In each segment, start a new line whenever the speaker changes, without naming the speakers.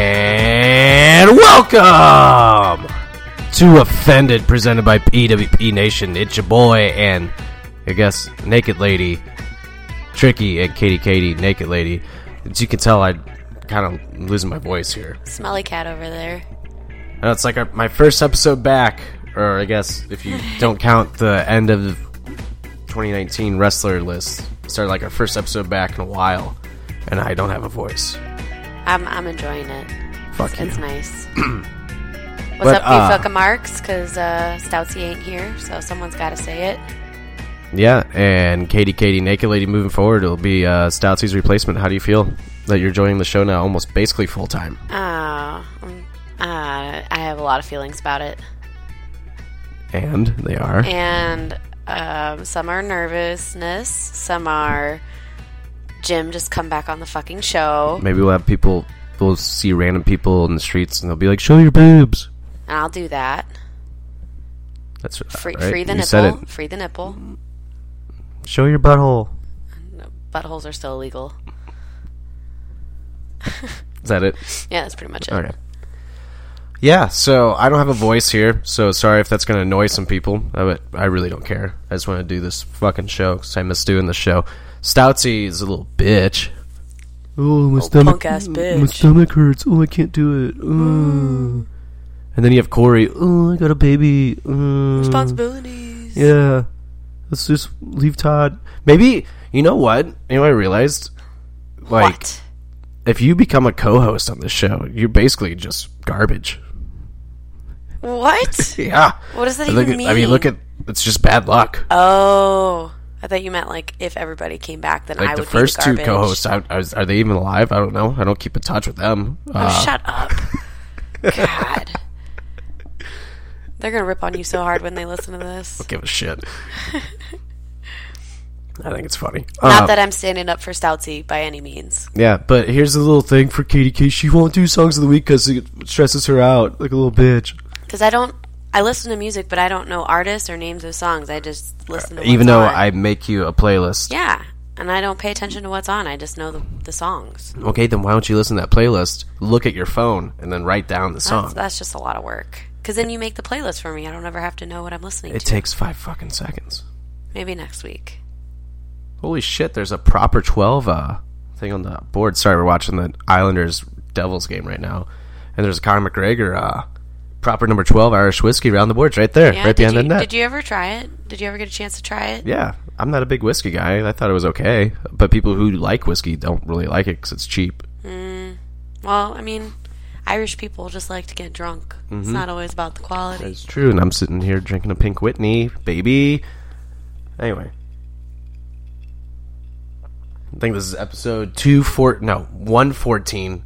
And welcome to Offended, presented by PWP Nation. It's your boy and I guess Naked Lady, Tricky and Katie Katie, Naked Lady. As you can tell, I kind of losing my voice here.
Smelly cat over there.
And it's like our, my first episode back, or I guess if you don't count the end of 2019 wrestler list, started like our first episode back in a while, and I don't have a voice.
I'm, I'm enjoying it.
Fuck you.
It's nice. What's
But,
up,
uh,
you fucking marks? Because uh, Stoutsy ain't here, so someone's got to say it.
Yeah, and Katie, Katie, Naked Lady moving forward, it'll be uh, Stoutsy's replacement. How do you feel that you're joining the show now almost basically full time?
Oh, um, uh, I have a lot of feelings about it.
And they are.
And um, some are nervousness, some are Jim, just come back on the fucking show.
Maybe we'll have people, we'll see random people in the streets and they'll be like, show your boobs.
And I'll do that.
That's
Free,
right.
free the
you
nipple.
said it.
Free the nipple.
Show your butthole.
Buttholes are still illegal.
Is that it?
Yeah, that's pretty much it.
Okay. Yeah, so I don't have a voice here, so sorry if that's going to annoy some people, uh, but I really don't care. I just want to do this fucking show because I miss doing the show. Stoutsy is a little bitch. Oh, my
Punk ass bitch.
stomach hurts. Oh, I can't do it. And then you have Corey. Oh, I got a baby. Mm,
Responsibilities.
yeah. Let's just leave Todd. Maybe you know what? You know, what I realized. Like,
what?
if you become a co-host on this show, you're basically just garbage.
What?
Yeah.
What does that
I, look
even
at-
mean?
I mean, look at it's just bad luck.
Oh, I thought you meant like if everybody came back, then I
like
would
the first
be
two
the garbage.
co-hosts, I, I was, are they even alive? I don't know. I don't keep in touch with them.
Oh,
Uh,
shut up! God, they're gonna rip on you so hard when they listen to this.
give a shit. I think it's funny.
Not
Uh,
that I'm standing up for Stoutsy by any means.
Yeah, but here's a little thing for Katie K. She won't do songs of the week because it stresses her out like a little bitch.
Because I don't. I listen to music, but I don't know artists or names of songs. I just listen to. What's
Even though
on.
I make you a playlist.
Yeah, and I don't pay attention to what's on. I just know the, the songs.
Okay, then why don't you listen to that playlist, look at your phone, and then write down the
That's,
song?
that's just a lot of work. Because then you make the playlist for me. I don't ever have to know what I'm listening
It
to.
takes five fucking seconds.
Maybe next week.
Holy shit, there's a proper 12 uh, thing on the board. Sorry, we're watching the Islanders Devils game right now. And there's a Conor McGregor uh, proper number 12 Irish whiskey around the boards right there,
Yeah,
right
did
behind
you,
the net.
Did you ever try it? Did you ever get a chance to try it?
yeah, I'm not a big whiskey guy. I thought it was okay. But people who like whiskey don't really like it because it's cheap.
Well, I mean, Irish people just like to get drunk. It's not always about the quality.
It's Mm-hmm. true, and I'm sitting here drinking a Pink Whitney, baby. Anyway, I think this is episode two four no one fourteen,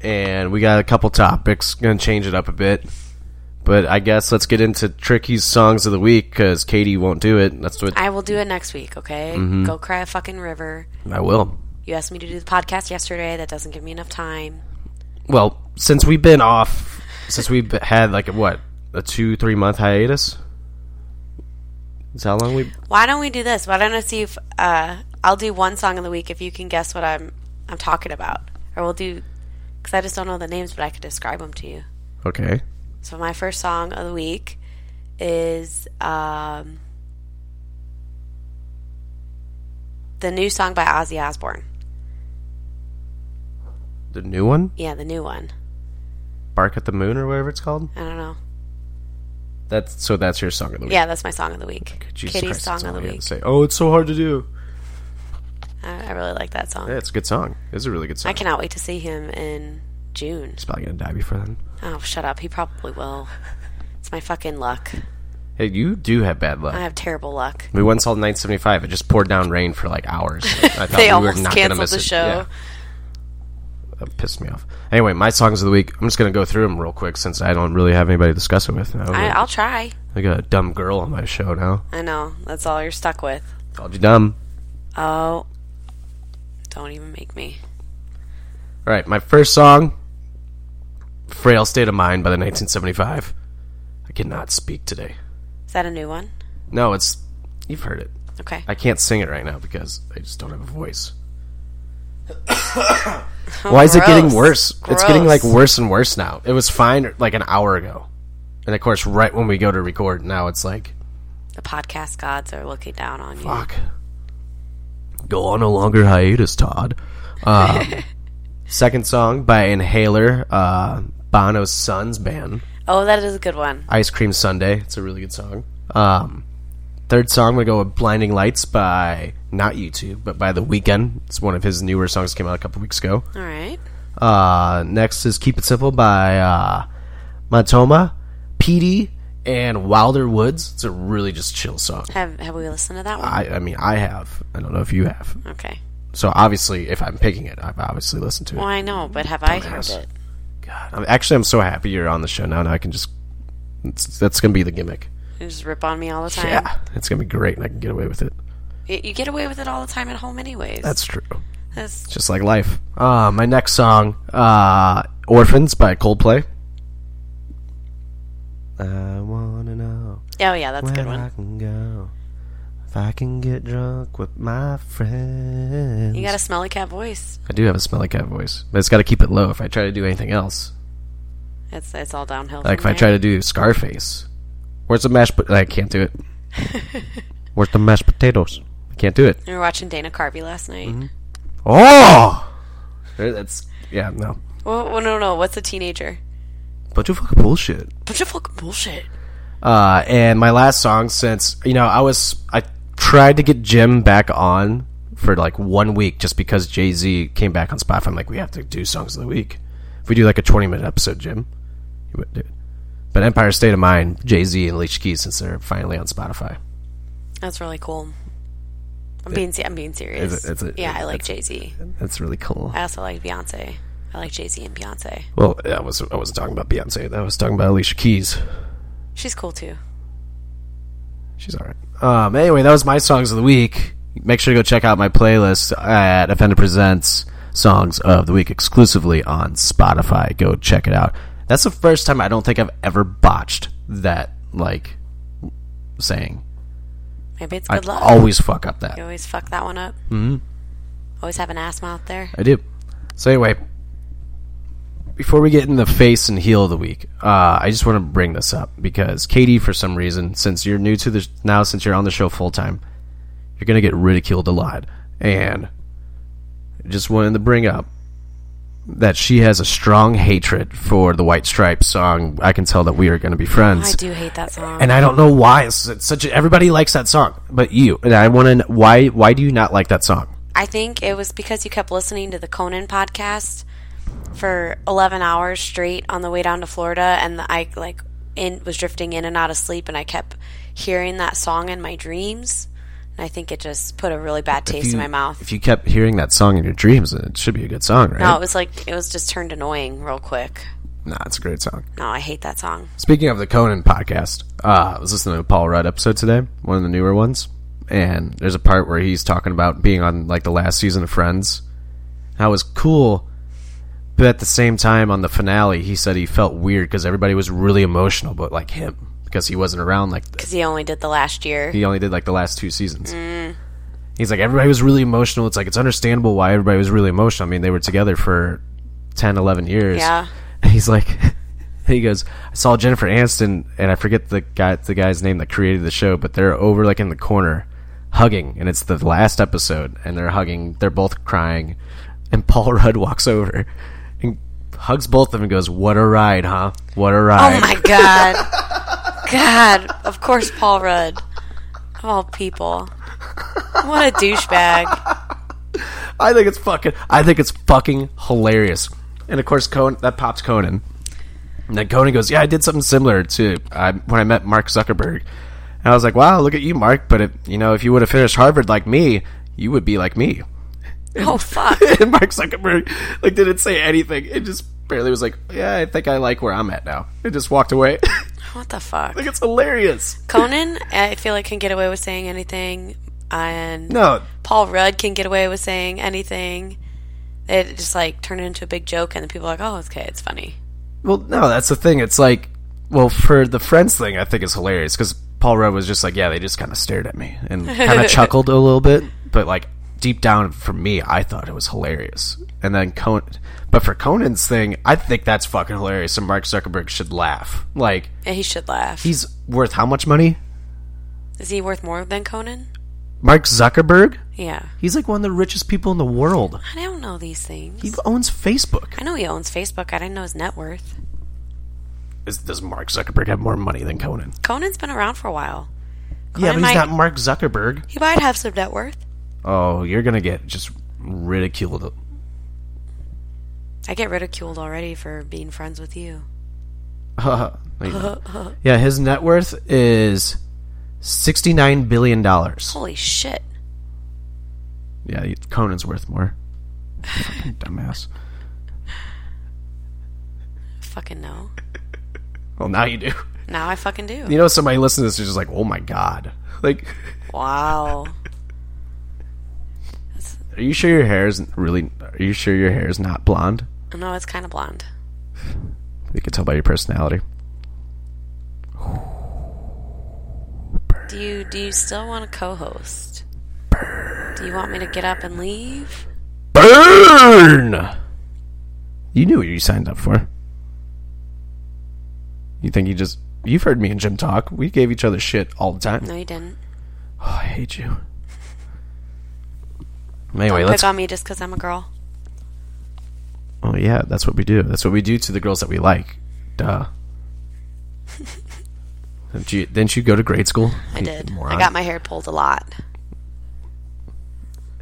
and we got a couple topics. Gonna change it up a bit. But I guess let's get into Tricky's songs of the week because Katie won't do it. That's what
I will do it next week, okay?
Mm-hmm.
Go cry a fucking river.
I will.
You asked me to do the podcast yesterday. That doesn't give me enough time.
Well, since we've been off, since we've had like a, what a two three month hiatus. Is how long we?
Why don't we do this? Why don't I see if uh, I'll do one song of the week if you can guess what I'm I'm talking about, or we'll do because I just don't know the names, but I could describe them to you.
Okay.
So my first song of the week is um, the new song by Ozzy Osbourne.
The new one,
Yeah, the new one.
"Bark at the Moon" or whatever it's called.
I don't know.
That's so. That's your song of the week.
Yeah, that's my song of the week.
Jesus
Kitty's
Christ,
song
that's
of
all
the
I had
week.
to Say, oh, it's so hard to do.
I, I really like that song.
Yeah, it's a good song. It's a really good song.
I cannot wait to see him in June.
He's probably gonna die before then.
Oh, shut up. He probably will. It's my fucking luck.
Hey, you do have bad luck.
I have terrible luck.
We once saw 975. It just poured down rain for like hours. I thought
They
we
almost
were not gonna
canceled
miss
the
it.
show.
Yeah. That pissed me off. Anyway, my songs of the week. I'm just gonna go through them real quick since I don't really have anybody to discuss it with. Now.
I, I'll try.
I got a dumb girl on my show now.
I know. That's all you're stuck with.
Called you dumb.
Oh, don't even make me.
All right, my first song, "Frail State of Mind" by the 1975. I cannot speak today.
Is that a new one?
No, it's you've heard it.
Okay.
I can't sing it right now because I just don't have a voice. Why is it getting
Oh, Gross.
worse? It's getting like
Gross.
worse and worse now. It was fine like an hour ago. And of course, right when we go to record, now it's like,
The podcast gods are looking down on you.
fuck. Go on a longer hiatus, Todd. Um, second song by Inhaler, uh, Bono's Sons Band.
Oh, that is a good one.
Ice Cream Sunday. It's a really good song. Um, third song, I'm going to go with Blinding Lights by, not YouTube, but by The Weeknd. It's one of his newer songs, came out a couple weeks ago.
All right.
Uh, next is Keep It Simple by uh, Matoma, Petey, and Wilder Woods. It's a really just chill song.
Have Have we listened to that one?
I, I mean, I have. I don't know if you have.
okay.
So obviously, if I'm picking it, I've obviously listened to it.
Well, I know, but have I heard
Dumbass.
it?
God, I'm, actually, I'm so happy you're on the show now. Now I can just. It's, that's going to be the gimmick.
You just rip on me all the time.
Yeah, it's going to be great, and I can get away with it.
You, you get away with it all the time at home, anyways.
That's true.
That's-
just like life. Uh, my next song, uh, "Orphans" by Coldplay. I wanna know
oh yeah, that's a good
where I
one.
can go if I can get drunk with my friends.
You got a smelly cat voice.
I do have a smelly cat voice, but it's got to keep it low. If I try to do anything else,
It's it's all downhill.
like if
from
I
there.
try to do Scarface, where's the mashed? Po- I can't do it. where's the mashed potatoes? I can't do it.
We were watching Dana Carvey last night.
Mm-hmm. Oh, There- that's yeah no.
Well, well, no, no. What's a teenager?
Bunch of fucking bullshit.
Bunch of fucking bullshit.
Uh, and my last song since you know I was I tried to get Jim back on for like one week just because Jay Z came back on Spotify. I'm like, we have to do songs of the week. If we do like a 20 minute episode, Jim, you wouldn't do it. But Empire State of Mind, Jay Z and Alicia Keys, since they're finally on Spotify.
That's really cool. I'm being se- I'm being serious.
It's a- it's a-
yeah, I like
it's-
Jay Z.
That's really cool.
I also like Beyonce. I like Jay Z and Beyonce.
Well, I was I wasn't talking about Beyonce. I was talking about Alicia Keys.
She's cool too.
She's all right. Um, anyway, that was my songs of the week. Make sure to go check out my playlist at Offended Presents Songs of the Week exclusively on Spotify. Go check it out. That's the first time I don't think I've ever botched that like saying.
Maybe it's
I
good luck.
always fuck up that.
you always fuck that one up. Mm-hmm. Always have an ass mouth there.
I do. So anyway, before we get in the face and heel of the week, uh, I just want to bring this up because Katie, for some reason, since you're new to the now, since you're on the show full time, you're gonna get ridiculed a lot, and I just wanted to bring up that she has a strong hatred for the White Stripes song. I can tell that we are gonna be friends.
I do hate that song.
And I don't know why it's it's such. A, everybody likes that song, but you. And I want to. Why? Why do you not like that song?
I think it was because you kept listening to the Conan podcast for 11 hours straight on the way down to Florida and I like in was drifting in and out of sleep and I kept hearing that song in my dreams and I think it just put a really bad taste
you-
in my mouth.
If you kept hearing that song in your dreams, then it should be a good song, right?
no, it was like it was just turned annoying real quick.
Nah, it's a great song.
No, I hate that song.
Speaking of the Conan podcast, uh, I was listening to a Paul Rudd episode today, one of the newer ones, and there's a part where he's talking about being on like the last season of Friends. How it was cool, but at the same time, on the finale, he said he felt weird because everybody was really emotional, but like him because he wasn't around like
Because he only did the last year.
he only did like the last two seasons. He's like, everybody was really emotional. It's like, it's understandable why everybody was really emotional. I mean, they were together for 10, 11 years.
Yeah.
And he's like, he goes, I saw Jennifer Aniston, and I forget the guy, the guy's name that created the show, but they're over like in the corner hugging, and it's the last episode, and they're hugging. They're both crying, and Paul Rudd walks over and hugs both of them and goes, What a ride, huh? What a ride.
Oh my god. God, of course Paul Rudd. Of all people. What a douchebag.
I think it's fucking. I think it's fucking hilarious. And of course, Conan that pops Conan. And then Conan goes, "Yeah, I did something similar to I, when I met Mark Zuckerberg." And I was like, "Wow, look at you, Mark!" But it, you know, if you would have finished Harvard like me, you would be like me.
Oh fuck.
and Mark Zuckerberg like didn't say anything. It just barely was like, "Yeah, I think I like where I'm at now." It just walked away.
What the fuck?
like it's hilarious.
Conan, I feel like can get away with saying anything, and
No,
Paul Rudd can get away with saying anything. It just like turned into a big joke, and the people are like, "Oh, okay, it's funny."
Well, no, that's the thing. It's like, well, for the Friends thing, I think is hilarious because Paul Rudd was just like, yeah, they just kind of stared at me and kind of chuckled a little bit, but like deep down for me, I thought it was hilarious. And then Conan, but for Conan's thing, I think that's fucking hilarious, and Mark Zuckerberg should laugh. Like
And he should laugh.
he's worth how much money?
Is he worth more than Conan?
Mark Zuckerberg?
Yeah,
He's like one of the richest people in the world.
I don't know these things.
He owns Facebook.
I know he owns Facebook. I didn't know his net worth.
Is, does Mark Zuckerberg have more money than Conan?
Conan's been around for a while.
yeah, but
Conan
he's
might-
not Mark Zuckerberg.
He might have some net worth.
Oh, you're gonna get just ridiculed.
I get ridiculed already for being friends with you.
Yeah, his net worth is sixty nine billion dollars.
Holy shit!
Yeah, you- Conan's worth more. Fucking dumbass.
Fucking no.
Well, now you do.
Now I fucking do.
You know, somebody listening to this is just like, "Oh my god!" Like,
Wow.
are you sure your hair isn't really? Are you sure your hair is not blonde?
No, it's kind of blonde.
You can tell by your personality.
Do you do you still want to co-host? Do you want me to get up and leave?
Burn. You knew what you signed up for. You think you just? You've heard me and Jim talk. We gave each other shit all the time.
No, you didn't.
Oh, I hate you. Anyway,
Pick
let's.
on me just because I'm a girl.
Oh yeah, that's what we do. That's what we do to the girls that we like. Duh. didn't, you, didn't you go to grade school?
I did. I got my hair pulled a lot.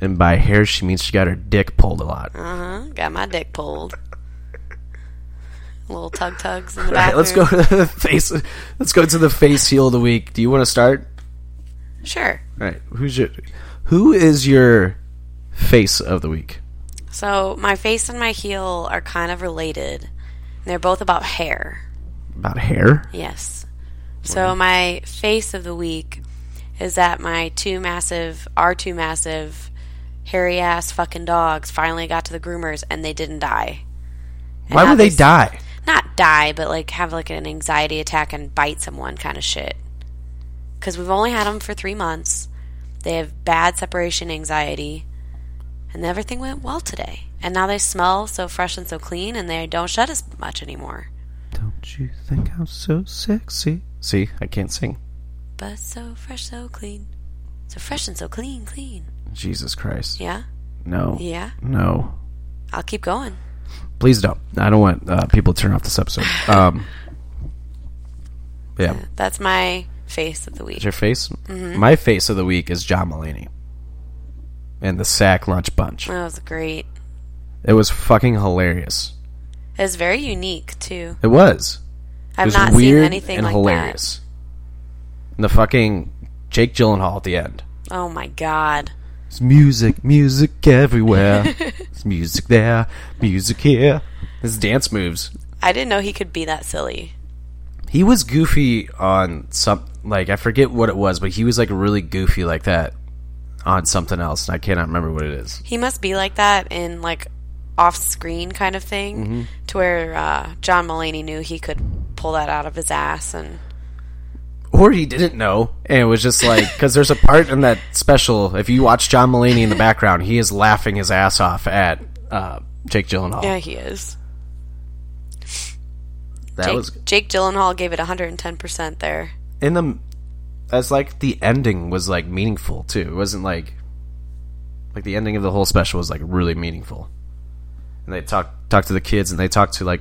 And by hair, she means she got her dick pulled a lot. All
Uh huh. Got my dick pulled. Little tug tugs in the bathroom.
right, let's go to the face. Let's go to the face heel of the week. Do you want to start?
Sure.
All right. Who's your? Who is your face of the week?
So my face and my heel are kind of related. And They're both about hair.
About hair.
Yes. So my face of the week is that my two massive, our two massive, hairy ass fucking dogs finally got to the groomers and they didn't die. And
Why
now
would they
s-
die?
Not die, but like have like an anxiety attack and bite someone kind of shit. Because we've only had them for three months. They have bad separation anxiety, and everything went well today. And now they smell so fresh and so clean, and they don't shed as much anymore.
Don't you think I'm so sexy? See, I can't sing.
But so fresh, so clean. So fresh and so clean, clean.
Jesus Christ.
Yeah?
No.
Yeah?
No.
I'll keep going.
Please don't. I don't want uh, people to turn off this episode. Um, yeah.
That's my face of the week.
Is your face?
Mm-hmm.
My face of the week is John Mulaney and the sack lunch bunch.
That was great.
It was fucking hilarious.
It was very unique, too.
It was. It
I've
was
not
weird
seen anything
and
like
hilarious. And the fucking Jake Gyllenhaal at the end.
that. Oh my god.
It's music, music everywhere. it's music there, music here. His dance moves.
I didn't know he could be that silly.
He was goofy on some like I forget what it was, but he was like really goofy like that on something else, and I cannot remember what it is.
He must be like that in like off screen kind of thing
Mm-hmm.
to where uh, John Mulaney knew he could pull that out of his ass and
Or he didn't know, and it was just like because there's a part in that special. If you watch John Mulaney in the background, he is laughing his ass off at uh, Jake Gyllenhaal.
yeah he is.
that
Jake,
was
Jake Gyllenhaal gave it 110% there.
in the as like the ending was like meaningful too. It wasn't like like the ending of the whole special was like really meaningful. And they talked talked to the kids and they talked to like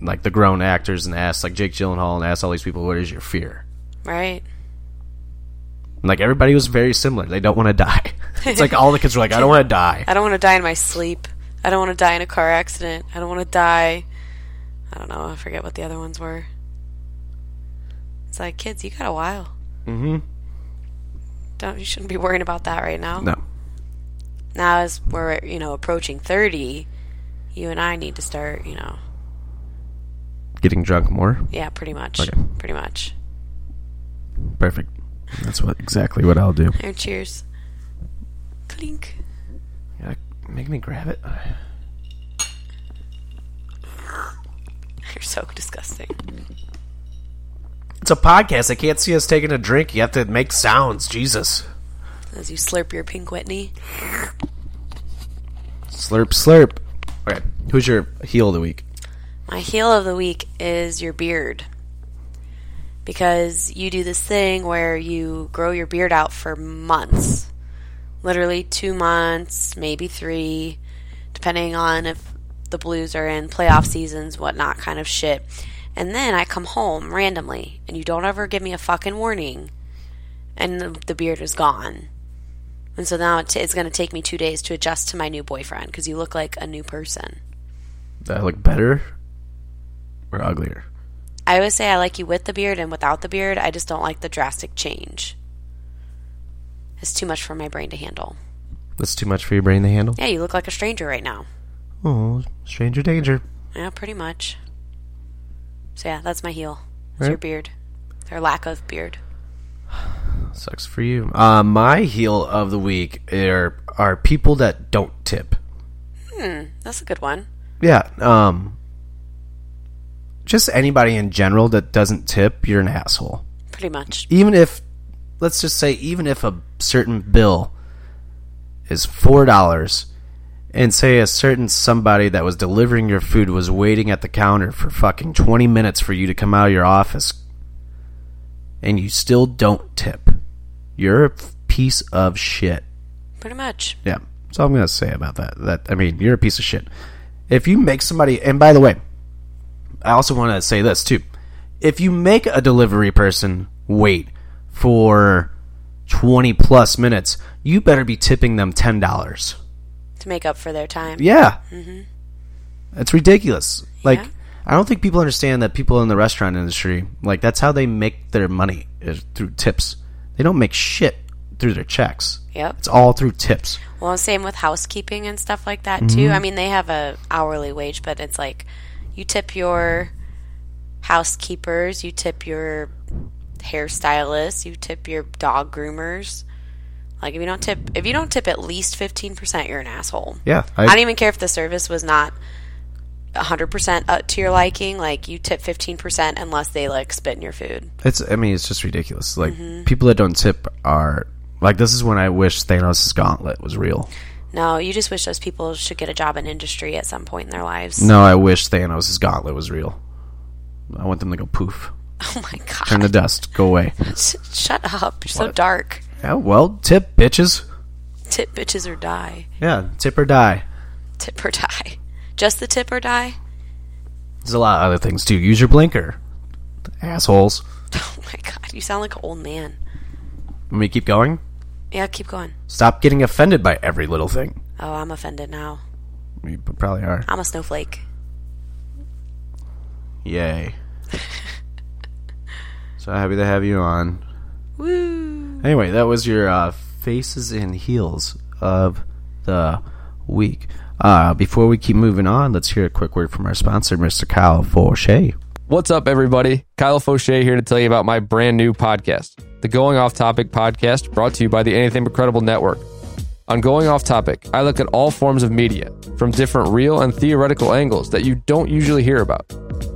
like the grown actors and asked like Jake Gyllenhaal and asked all these people what is your fear.
Right.
And like everybody was very similar. They don't want to die. it's like all the kids were like I don't want to die.
I don't want to die in my sleep. I don't want to die in a car accident. I don't want to die. I don't know. I forget what the other ones were. It's like, kids, you got a while. Mm-hmm. Don't you shouldn't be worrying about that right now.
No.
Now, as we're you know approaching thirty, you and I need to start you know
Getting drunk more.
yeah pretty much
Okay.
pretty much.
Perfect. That's what exactly what I'll do.
Here, cheers. Clink.
Yeah, Make me grab it.
You're so disgusting.
It's a podcast. They can't see us taking a drink. You have to make sounds. Jesus.
As you slurp your pink Whitney.
Slurp, slurp. Okay, who's your heel of the week?
My heel of the week is your beard. Because you do this thing where you grow your beard out for months. Literally two months, maybe three, depending on if the Blues are in playoff seasons, whatnot kind of shit. And then I come home randomly, and you don't ever give me a fucking warning, and the, the beard is gone. And so now it t- it's going to take me two days to adjust to my new boyfriend because you look like a new person.
Did I look Uh, better or uglier?
I always say I like you with the beard and without the beard. I just don't like the drastic change. It's too much for my brain to handle.
That's too much for your brain to handle.
Yeah, you look like a stranger right now.
Oh, stranger danger.
Yeah, pretty much. So yeah, that's my heel. It's your beard. Or lack of beard.
Sucks for you. Uh, my heel of the week are are people that don't tip.
That's a good one.
Yeah. Um. Just anybody in general that doesn't tip, you're an asshole.
Pretty much.
even if let's just say even if a certain bill is four dollars and say a certain somebody that was delivering your food was waiting at the counter for fucking 20 minutes for you to come out of your office and you still don't tip you're a piece of shit
Pretty much.
yeah that's all i'm gonna say about that that i mean you're a piece of shit if you make somebody and by the way i also want to say this too if you make a delivery person wait for 20 plus minutes you better be tipping them $10
To make up for their time.
yeah that's ridiculous like
Yeah.
i don't think people understand that people in the restaurant industry like that's how they make their money is through tips they don't make shit through their checks
Yep.
it's all through tips
Well, same with housekeeping and stuff like that
Mm-hmm.
too. I mean, they have a hourly wage, but it's like you tip your housekeepers, you tip your hairstylists, you tip your dog groomers. Like if you don't tip, if you don't tip at least fifteen percent, you're an asshole.
yeah
I don't even care if the service was not hundred percent up to your liking. Like you tip fifteen percent unless they like spit in your food.
It's. I mean, it's just ridiculous. Like people that don't tip are like. This is when I wish Thanos' gauntlet was real.
No, you just wish those people should get a job in industry at some point in their lives.
No, I wish Thanos' gauntlet was real. I want them to go poof,
Oh my
turn
god!
to dust, go away.
Shut up! You're so dark.
Yeah, well, tip bitches.
Tip bitches or die.
Yeah, tip or die.
Tip or die. Just the tip or die?
There's a lot of other things too. Use your blinker, assholes.
Oh my god, you sound like an old man.
Let me keep going.
Yeah, keep going.
Stop getting offended by every little thing.
Oh, I'm offended now.
You probably are.
I'm a snowflake.
Yay. so happy to have you on. Woo! Anyway, that was your uh, faces and heels of the week. Uh, before we keep moving on, let's hear a quick word from our sponsor, Mr. Kyle Forche.
What's up, everybody? Kyle Fauché here to tell you about my brand new podcast, the Going Off Topic podcast, brought to you by the Anything But Credible Network. On Going Off Topic, I look at all forms of media from different real and theoretical angles that you don't usually hear about.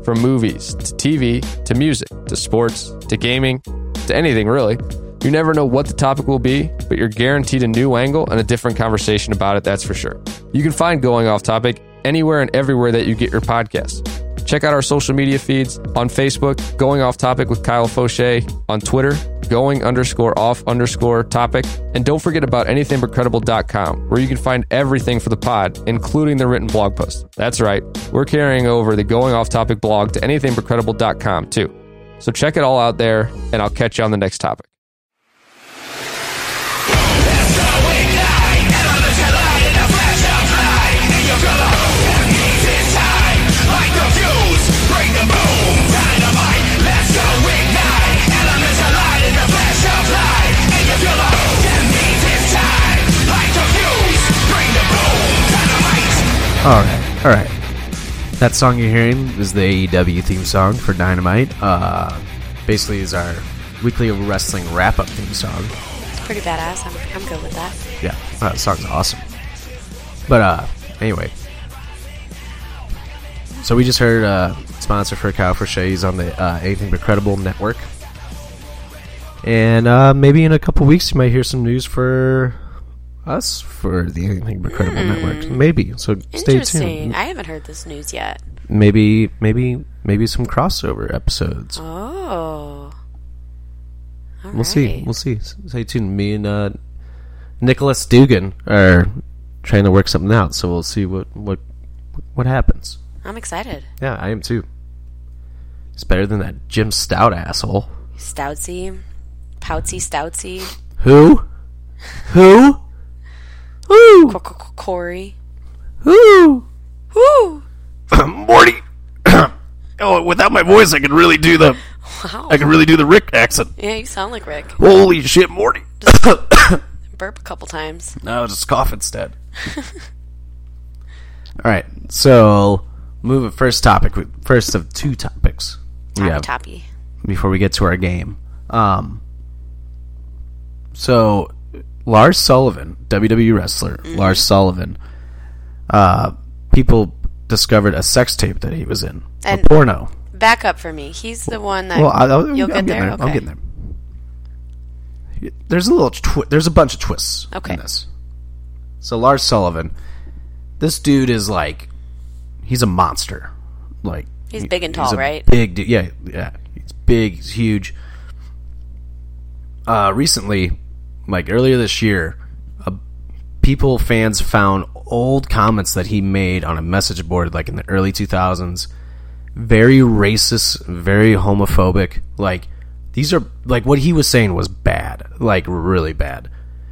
From movies to TV to music to sports to gaming to anything really. You never know what the topic will be, but you're guaranteed a new angle and a different conversation about it, that's for sure. You can find Going Off Topic anywhere and everywhere that you get your podcasts. Check out our social media feeds on Facebook, Going Off Topic with Kyle Fauché, on Twitter, Going underscore off underscore topic, and don't forget about anythingbutcredible.com, where you can find everything for the pod, including the written blog post. That's right, we're carrying over the Going Off Topic blog to anythingbutcredible.com too. So check it all out there, and I'll catch you on the next topic.
All right, all right. That song you're hearing is the AEW theme song for Dynamite. Uh, basically, is our weekly wrestling wrap-up theme song.
It's pretty badass. I'm, I'm good with that.
Yeah, uh, that song's awesome. But uh, anyway, so we just heard uh, sponsor for Kyle Frochet. He's on the uh, Anything But Credible network, and uh, maybe in a couple weeks you might hear some news for us for the Anything But Credible network. Maybe so. Stay
Interesting.
tuned.
I haven't heard this news yet.
Maybe, maybe, maybe some crossover episodes.
Uh. Oh. All
We'll see.
right.
We'll see. S- Stay tuned. Me and uh, Nicholas Dugan are trying to work something out, so we'll see what what what happens.
I'm excited.
Yeah, I am too. It's better than that Jim Stout asshole.
Stoutsy, poutsy, stoutsy,
Who? Who? Who?
Co- co- co- Corey.
Who?
Woo!
Morty. oh, without my voice, I could really do the
Wow.
I could really do the Rick accent.
Yeah, you sound like Rick.
Holy shit, Morty!
Burp a couple times.
No, just cough instead.
All right. So, move at first topic. First of two topics.
Toppy
Yeah.
toppy.
before we get to our game. Um, so Lars Sullivan, WWE wrestler
Mm-hmm.
Lars Sullivan, uh, people discovered a sex tape that he was in, a
And-
porno.
Back up for me. He's the one that.
Well, I, I, am
you'll
getting
get
there.
there.
I'm
Okay.
getting there. There's a little twi- there's a bunch of twists
Okay.
in this. So Lars Sullivan, this dude is like, he's a monster. Like
He's big and
He's
tall,
a
right?
Big, dude. yeah, yeah. He's big. He's huge. Uh, recently, like earlier this year, uh, people fans found old comments that he made on a message board, like in the early two thousands. Very racist, very homophobic. Like these are like what he was saying was bad, like really bad.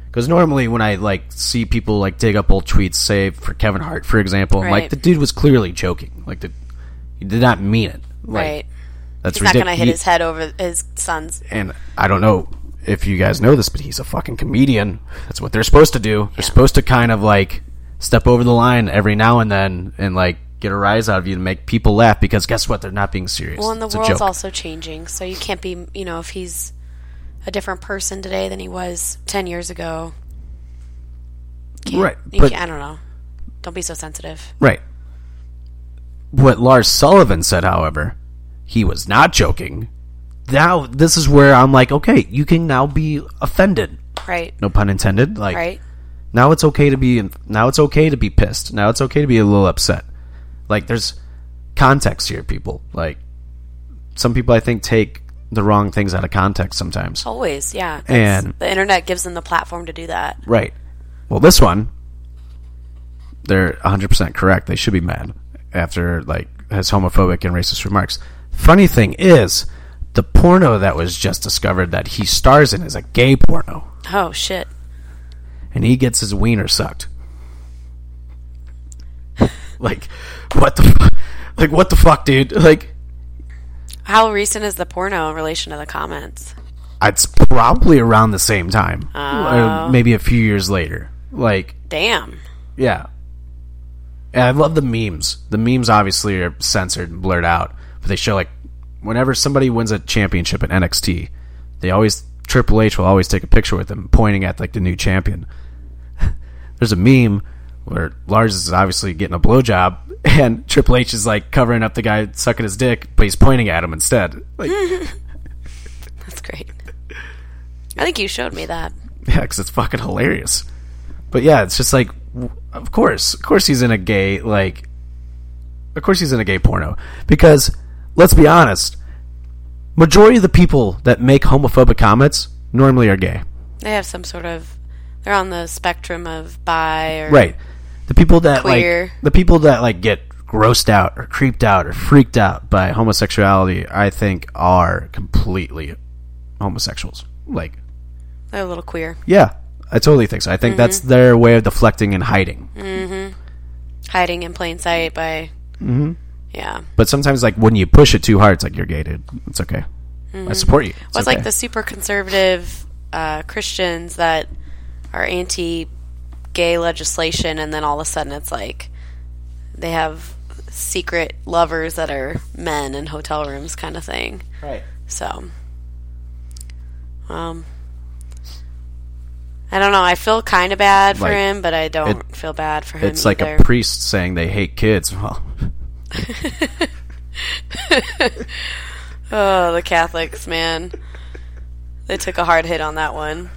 Because normally when I like see people like dig up old tweets, say for Kevin Hart, for example, I'm like
Right.
the dude was clearly joking. Like the he did not mean it. Like,
right.
That's
He's not going to
ridic-
hit
he-
his head over his son's.
And I don't know if you guys know this, but he's a fucking comedian. That's what they're supposed to do. They're supposed to kind of like step over the line every now and then and like get a rise out of you to make people laugh because guess what? They're not being serious.
Well, and the
it's a
world's
joke.
also changing, so you can't be, you know, if he's a different person today than he was 10 years ago. Can't-
Right,
you
but-
can't- I don't know. Don't be so sensitive.
Right. What Lars Sullivan said, however, he was not joking. Now, this is where I'm like, okay, you can now be offended.
Right.
No pun intended. Like,
Right.
now it's okay to be now it's okay to be pissed now it's okay to be a little upset like there's context here people like some people i think take the wrong things out of context sometimes
Always, yeah. That's-
And-
the internet gives them the platform to do that.
right well this one they're 100% correct they should be mad after like his homophobic and racist remarks funny thing is the porno that was just discovered that he stars in is a gay porno
Oh shit!
and he gets his wiener sucked. like, what the, fu- like what the fuck, dude? Like,
How recent is the porno in relation to the comments?
it's probably around the same time, Or maybe a few years later. Like,
Damn.
yeah, And I love the memes. The memes obviously are censored and blurred out, but they show like whenever somebody wins a championship in NXT, they always Triple H will always take a picture with them, pointing at like the new champion. There's a meme where Lars is obviously getting a blowjob, and Triple H is like covering up the guy sucking his dick, but he's pointing at him instead. Like,
That's great. I think you showed me that.
yeah, because it's fucking hilarious. But yeah, it's just like, w- of course, of course he's in a gay like, of course he's in a gay porno because let's be honest, majority of the people that make homophobic comments normally are gay,
They have some sort of. They're on the spectrum of bi or
right? The people that
Queer.
like the people that like get grossed out or creeped out or freaked out by homosexuality, I think, are completely homosexuals. Like,
They're a little queer.
yeah, I totally think so. I think that's their way of deflecting and hiding.
Hiding in plain sight by. Yeah.
But sometimes, like when you push it too hard, it's like you're gated. It's okay. I support you.
Mm. Well, it's like the super conservative uh, Christians that are anti gay legislation, and then all of a sudden it's like they have secret lovers that are men in hotel rooms, kind of thing.
Right.
So, um, I don't know. I feel kind of bad for
Like,
him, but I don't feel bad for him.
It's like
either.
a priest saying they hate kids. Well,
Oh, the Catholics, man. They took a hard hit on that one.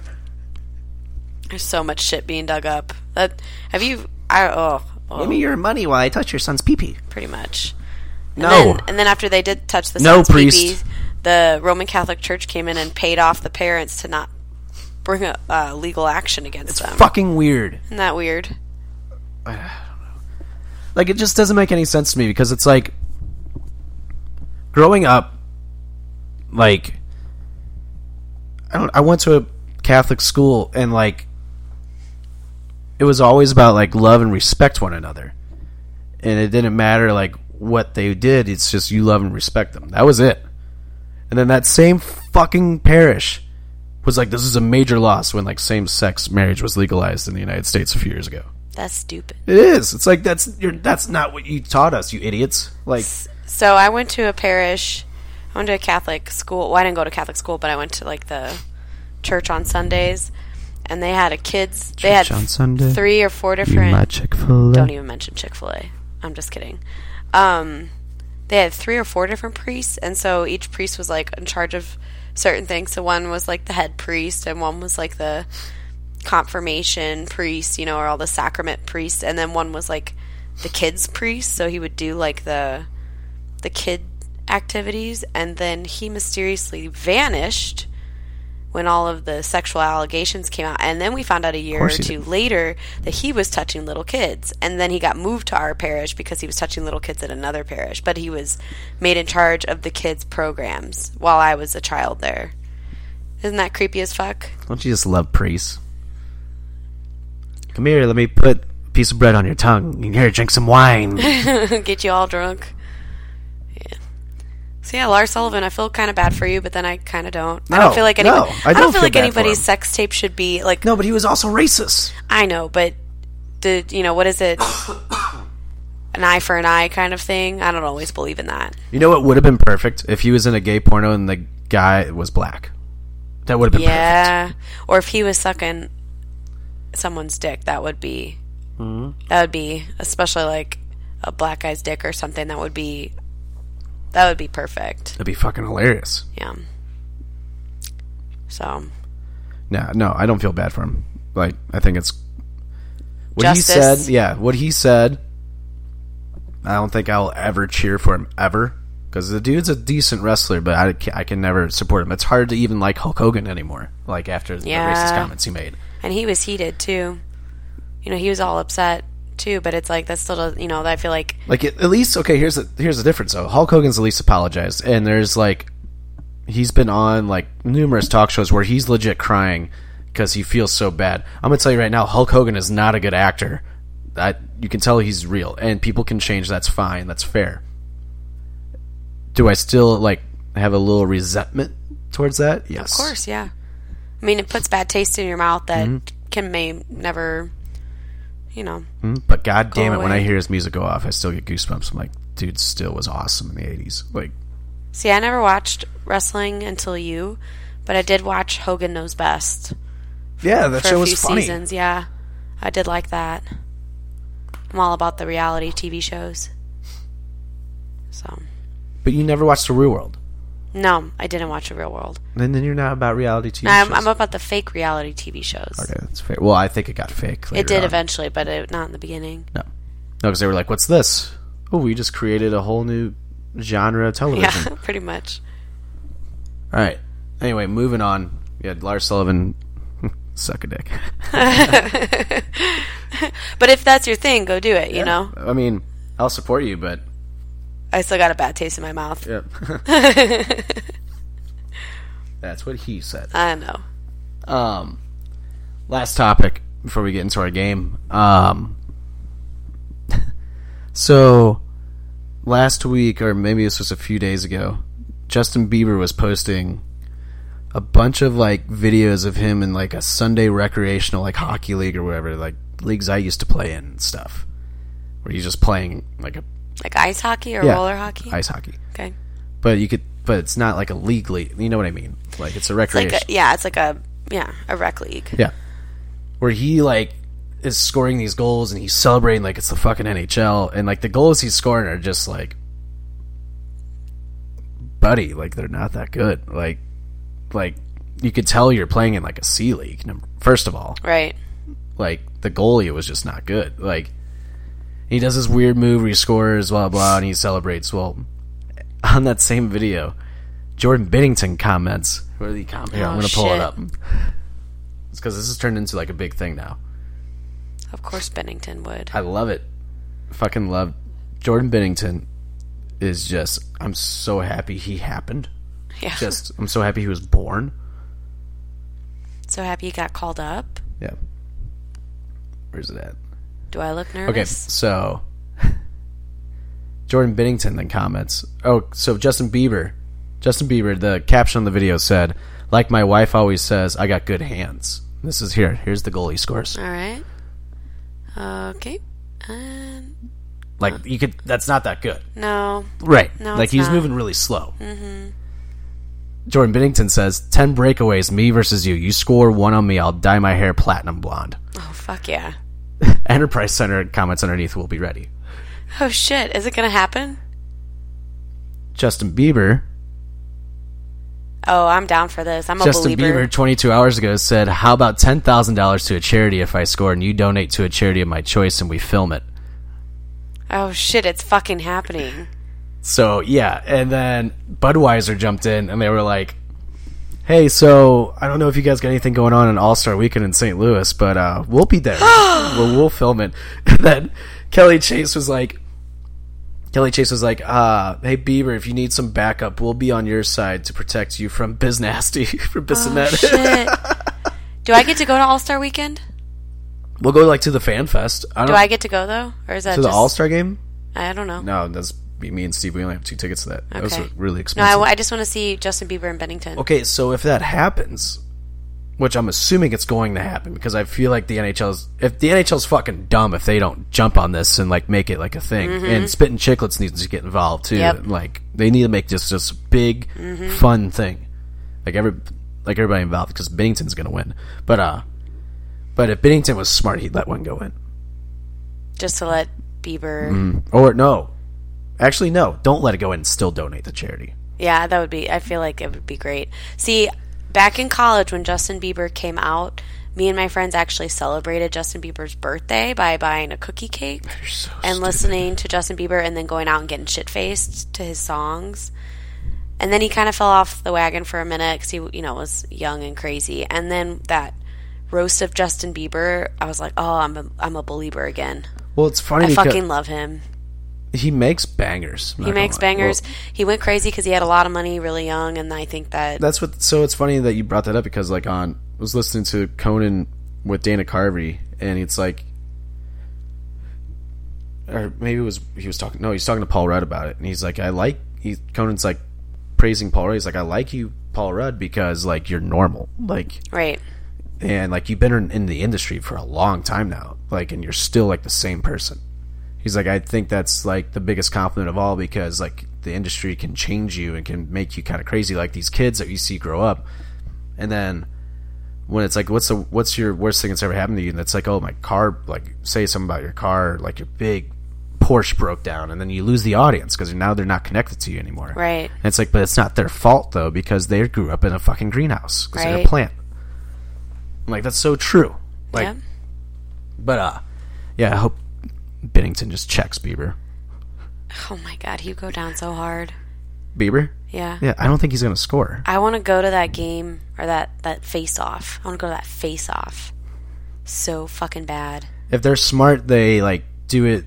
There's so much shit being dug up. That have you I oh, oh,
give me your money while I touch your son's pee-pee.
pretty much.
No,
And then, and then after they did touch the
No,
son's
priest.
pee-pee, the Roman Catholic Church came in and paid off the parents to not bring a uh, legal action against them.
fucking weird.
Isn't that weird?
Like it just doesn't make any sense to me because it's like growing up. Like I don't. I went to a Catholic school and like it was always about like love and respect one another. and it didn't matter like what they did. It's just you love and respect them. That was it. And then that same fucking parish was like, this is a major loss when like same sex marriage was legalized in the United States a few years ago.
That's stupid.
It is. It's like that's you're, that's not what you taught us, you idiots. Like
So I went to a parish. I went to a Catholic school. Well, I didn't go to Catholic school, but I went to like the church on Sundays, and they had a kids. they had
on Sunday,
three or four different.
Chick Fil
Don't even mention Chick Fil A. I'm just kidding. Um, they had three or four different priests, and so each priest was like in charge of certain things. So one was like the head priest, and one was like the confirmation priest, you know, or all the sacrament priest, and then one was like the kids priest. So he would do like the the kid activities, and then he mysteriously vanished when all of the sexual allegations came out. And then we found out a year or
course he
two later that he was touching little kids. And then he got moved to our parish because he was touching little kids at another parish. But he was made in charge of the kids' programs while I was a child there. Isn't that creepy as fuck?
Don't you just love priests? Come here, let me put a piece of bread on your tongue. And here, drink some wine.
get you all drunk. Yeah. So yeah, Lars Sullivan, I feel kind of bad for you, but then I kind of don't. I
No,
don't feel like any-
no, I don't
feel
feel
like
bad for
anybody's
him.
sex tape should be like.
no, but he was also racist.
I know, but the you know what is it? an eye for an eye kind of thing. I don't always believe in that.
You know what would have been perfect if he was in a gay porno and the guy was black. That would have been perfect.
Yeah, or if he was sucking someone's dick, that would be
Mm-hmm.
that would be especially like a black guy's dick or something. That would be that would be perfect.
That'd be fucking hilarious.
Yeah. So
No, no, I don't feel bad for him. Like I think it's what he
Justice.
said. Yeah, what he said. I don't think I'll ever cheer for him ever because the dude's a decent wrestler, but I can, I can never support him. It's hard to even like Hulk Hogan anymore. Like after
Yeah.
the racist comments he made.
and he was heated too. You know, he was all upset too, but it's like that's still doesn't- you know, I feel like
Like at at least okay, here's the here's the difference though. Hulk Hogan's at least apologized, and there's like he's been on like numerous talk shows where he's legit crying because he feels so bad. I'm gonna tell you right now, Hulk Hogan is not a good actor. That you can tell he's real, and people can change. That's fine. That's fair. Do I still like have a little resentment towards that? Yes,
of course,
Mm-hmm.
yeah. I mean, it puts bad taste in your mouth that can may never you know.
Hmm? But god damn it, when I
away.
hear his music go off, I still get goosebumps. I'm like, dude, still was awesome in the '80s. Like,
See, I never watched wrestling until you, but I did watch Hogan Knows Best
Yeah, that
for
show
a
was
few
funny.
seasons. Yeah, I did like that. I'm all about the reality TV shows. So,
but you never watched the real world.
no, I didn't watch The Real World.
Then then you're not about reality TV
I'm,
shows.
I'm about the fake reality TV shows.
okay, that's fair. Well, I think it got fake. later
It did
on.
eventually, but it, not in the beginning.
No, no, because they were like, "What's this? Oh, we just created a whole new genre of television."
Yeah, pretty much.
All right. Anyway, moving on. We had Lars Sullivan suck a dick.
But if that's your thing, go do it. You know,
I mean, I'll support you, but
I still got a bad taste in my mouth.
yeah. that's what he said.
I know.
Um, last topic before we get into our game. Um, so last week, or maybe this was a few days ago, Justin Bieber was posting a bunch of like videos of him in like a Sunday recreational, like hockey league or whatever, like leagues I used to play in and stuff, where he's just playing like a
Like ice hockey or
yeah,
roller hockey.
ice hockey.
Okay.
But you could, but it's not like a league league. You know what I mean? Like it's a recreation.
Like a, yeah, it's like a yeah a rec league.
Yeah. Where he like is scoring these goals and he's celebrating like it's the fucking NHL and like the goals he's scoring are just like buddy, like they're not that good. Like like you could tell you're playing in like a C league. num- First of all,
Right.
like the goalie was just not good. Like he does this weird move where he scores, blah blah, and he celebrates. Well, on that same video, Jordan Biddington comments. Where did he comment? Here,
Oh,
I'm gonna pull
shit.
it up. It's because this has turned into like a big thing now.
Of course, Bennington would.
I love it. Fucking love Jordan Biddington. Is just I'm so happy he happened.
Yeah.
Just I'm so happy he was born.
so happy you got called up.
Yeah. Where's it at?
Do I look
Okay,
nervous?
so Jordan Binnington then comments. Oh, so Justin Bieber, Justin Bieber, the caption on the video said, "Like my wife always says, I got good hands." This is here. Here's the goal he scores.
All right. Okay. And
Like you could. That's not that good,
no.
right?
No,
like
it's
he's
not.
moving really slow. Mm-hmm. Jordan Binnington says, 10 breakaways, me versus you. You score one on me, I'll dye my hair platinum blonde."
Oh fuck yeah.
Enterprise Center comments underneath, "We'll be ready."
Oh shit. Is it gonna happen?
Justin Bieber
Oh, I'm down for this. I'm a
Justin
believer.
Bieber, 22 hours ago, said, "How about ten thousand dollars to a charity if I score and you donate to a charity of my choice and we film it?"
Oh shit. It's fucking happening.
So yeah, and then Budweiser jumped in and they were like, "Hey, so I don't know if you guys got anything going on in All Star Weekend in St. Louis, but uh, we'll be there. we'll, we'll film it." And then Kelly Chase was like. Kelly Chase was like, uh, "Hey Bieber, if you need some backup, we'll be on your side to protect you from Biz Nasty, from Bissonette.
Oh, Shit. Do I get to go to All Star Weekend?
we'll go like to the fan fest. I don't
Do I get to go though, or is that
Oh. to the
just,
All Star game?
I don't know.
No, that's me and Steve. We only have two tickets to that. That was
Okay.
really
No,
expensive.
I, I just want to see Justin Bieber and Bennington.
okay, so if that happens, which I'm assuming it's going to happen, because I feel like the NHL's if the NHL's fucking dumb if they don't jump on this and like make it like a thing. And Spit and Chicklets needs to get involved too.
Mm-hmm. Yep. Mm-hmm.
Like they need to make this just a big fun thing. Like every like everybody involved because Bennington's gonna win. But uh, but if Bennington was smart, he'd let one go in.
Just to let Bieber.
Or no, actually no, don't let it go in. Still donate to charity.
Yeah, that would be. I feel like it would be great. See, back in college when Justin Bieber came out, me and my friends actually celebrated Justin Bieber's birthday by buying a cookie cake and listening to Justin Bieber, and then going out and getting shit faced to his songs. And then he kind of fell off the wagon for a minute because he, you know, was young and crazy. And then that roast of Justin Bieber, I was like, oh, I'm a, I'm a believer again.
Well, it's funny
I
because
fucking love him.
he makes bangers. I'm
He
not gonna
makes
lie.
bangers.
Well,
he went crazy because he had a lot of money really young, and I think that
that's what. So it's funny that you brought that up because, like, on I was listening to Conan with Dana Carvey, and it's like, or maybe it was he was talking. No, he's talking to Paul Rudd about it, and he's like, I like. He Conan's like praising Paul Rudd. He's like, I like you, Paul Rudd, because like you're normal. Like
right.
and like you've been in, in the industry for a long time now, like, and you're still like the same person. He's like, I think that's like the biggest compliment of all because like the industry can change you and can make you kind of crazy, like these kids that you see grow up, and then when it's like, what's the what's your worst thing that's ever happened to you? And it's like, oh my car, like say something about your car, like your big Porsche broke down, and then you lose the audience because now they're not connected to you anymore.
Right.
And it's like, but it's not their fault though because they grew up in a fucking greenhouse because they're
Right.
a plant. I'm like that's so true. Like,
yeah.
but uh, yeah. I hope Bennington just checks Bieber.
Oh my God, you go down so hard.
Bieber.
Yeah.
Yeah, I don't think he's gonna score.
I want to go to that game or that that face off. I want to go to that face off. So fucking bad.
If they're smart, they like do it.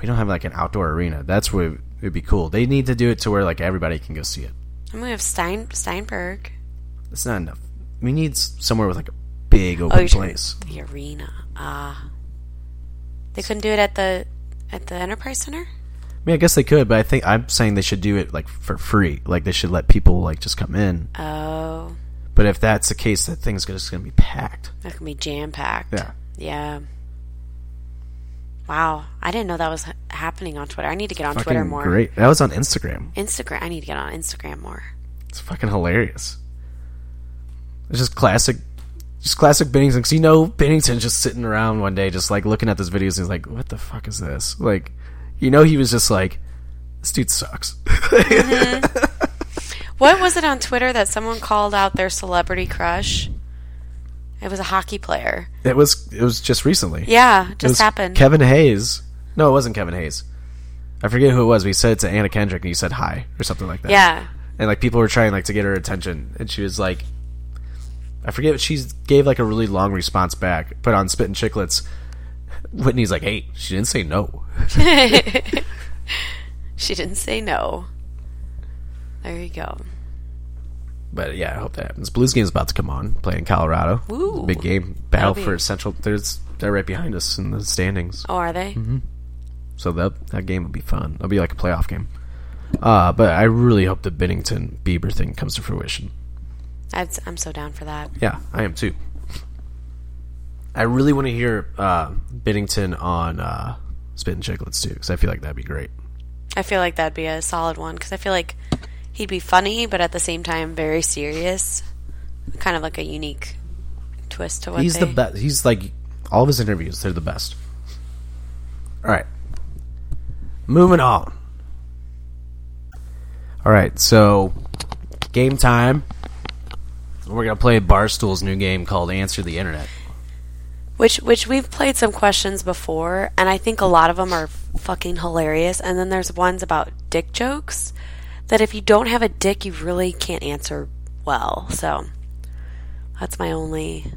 We don't have like an outdoor arena. That's what it would be cool. They need to do it to where like everybody can go see it.
I'm gonna have Stein Steinberg.
It's not enough. We need s- somewhere with like a big open
Oh, you're talking
place.
The arena. Ah. they couldn't do it at the at the Enterprise Center.
I mean, I guess they could, but I think I'm saying they should do it like for free. Like they should let people like just come in.
Oh,
But if that's the case, that thing's just gonna be packed.
that could be jam packed.
Yeah.
Yeah. Wow, I didn't know that was ha- happening on Twitter. I need to get on
Fucking
Twitter more.
great. That was on Instagram.
Instagram. I need to get on Instagram more.
It's fucking hilarious. It's just classic, just classic Bennington. Cause you know Bennington just sitting around one day, just like looking at those videos. And he's like, "What the fuck is this?" Like, you know, he was just like, "This dude sucks."
What was it on Twitter that someone called out their celebrity crush? It was a hockey player.
it was. It was just recently.
Yeah,
It was
just happened.
Kevin Hayes. No, it wasn't Kevin Hayes. I forget who it was. But he said it to Anna Kendrick, and he said hi or something like that.
yeah.
and like people were trying like to get her attention and she was like i forget what she gave like a really long response back but on spit and chicklets whitney's like hey she didn't say no
She didn't say no. There you go.
but yeah i hope that happens blues game's about to come on playing colorado
Woo.
big game battle
That'll be-
for central there's they're right behind us in the standings
Oh, are they?
Mm-hmm. so that that game will be fun it'll be like a playoff game uh, but i really hope the bennington bieber thing comes to fruition
That's, I'm so down for that.
Yeah, I am too. I really want to hear uh, Bennington on uh, Spit and Chicklets too, because I feel like that'd be great.
I feel like that'd be a solid one because I feel like he'd be funny, but at the same time very serious. Kind of like a unique twist to what
He's
they.
the best. He's like all of his interviews; they're the best. All right, moving on. All right, so game time. We're gonna play Barstool's new game called Answer the Internet.
which which we've played some questions before and i think a lot of them are fucking hilarious and then there's ones about dick jokes that if you don't have a dick you really can't answer well so that's my only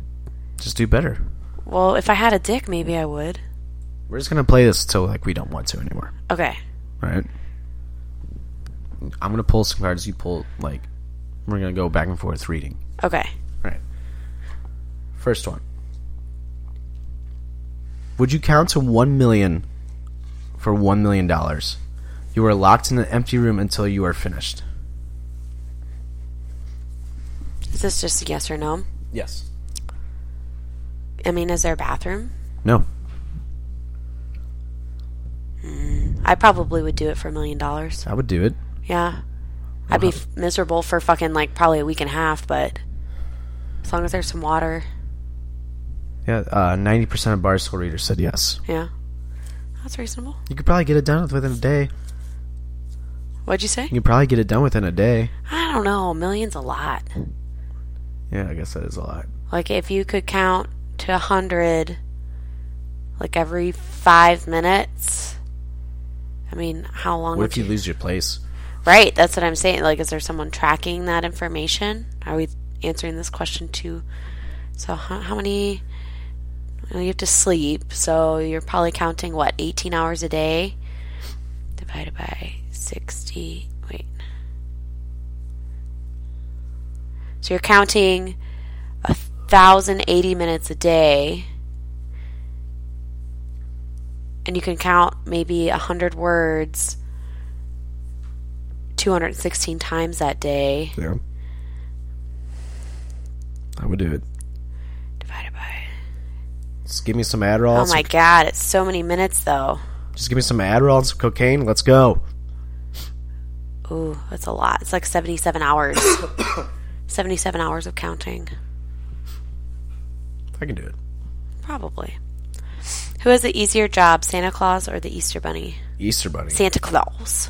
Just do better.
well if i had a dick maybe i would
We're just gonna play this till like we don't want to anymore.
okay
right? I'm gonna pull some cards. You pull like we're gonna go back and forth reading.
okay
All right. First one. Would you count to one million for one million dollars? You are locked in an empty room until you are finished.
is this just a yes or no
Yes.
i mean is there a bathroom
No.
i probably would do it for a million dollars
I would do it.
yeah i'd be f- miserable for fucking like probably a week and a half but as long as there's some water
Yeah. uh, Ninety percent of Barstool readers said yes.
yeah that's reasonable
You could probably get it done within a day.
what'd you say
You could probably get it done within a day.
I don't know. A million's a lot.
Yeah, I guess that is a lot.
Like, if you could count to a hundred, like every five minutes. I mean, how long?
What
would
if you lose your place?
Right. That's what I'm saying. Like, is there someone tracking that information? Are we answering this question too? So, how, how many? well, You have to sleep, so you're probably counting what 18 hours a day divided by 60. Wait. So you're counting a thousand eighty minutes a day, and you can count maybe a hundred words. 216 times that day.
Yeah. I would do it. Just give me some Adderall.
Oh my god, it's so many minutes though.
Just give me some Adderall and some cocaine. Let's go.
Ooh, that's a lot. It's like 77 hours. 77 hours of counting.
I can do it.
Probably. Who has the easier job, Santa Claus or the Easter Bunny?
Easter Bunny.
Santa Claus.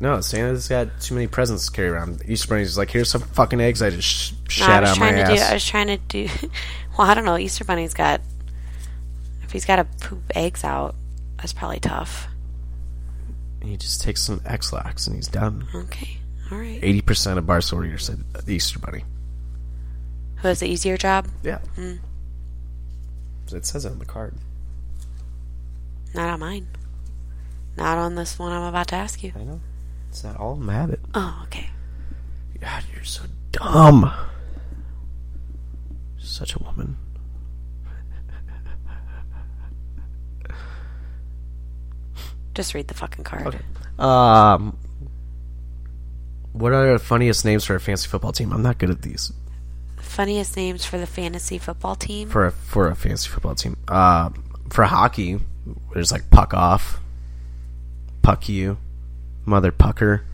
No, Santa's got too many presents to carry around. Easter Bunny's just like, here's some fucking eggs I just sh-
No,
shat
I was
out my
trying to do. I
ass.
was trying to do. Well, I don't know. Easter Bunny's got. If he's got to poop eggs out, that's probably tough.
he just takes some X-Lax and he's done.
Okay. All right.
80% of Barstool readers said the Easter Bunny.
Who has the easier job?
Yeah.
Hmm.
It says it on the card.
Not on mine. Not on this one I'm about to ask you.
I know. It's not all of them have it.
Oh, okay.
God, you're so dumb. Such a woman.
Just read the fucking card.
Um, what are the funniest names for a fantasy football team? I'm not good at these.
Funniest names for the fantasy football team.
For a, for a fantasy football team, uh, for hockey, there's like puck off, puck you, mother pucker.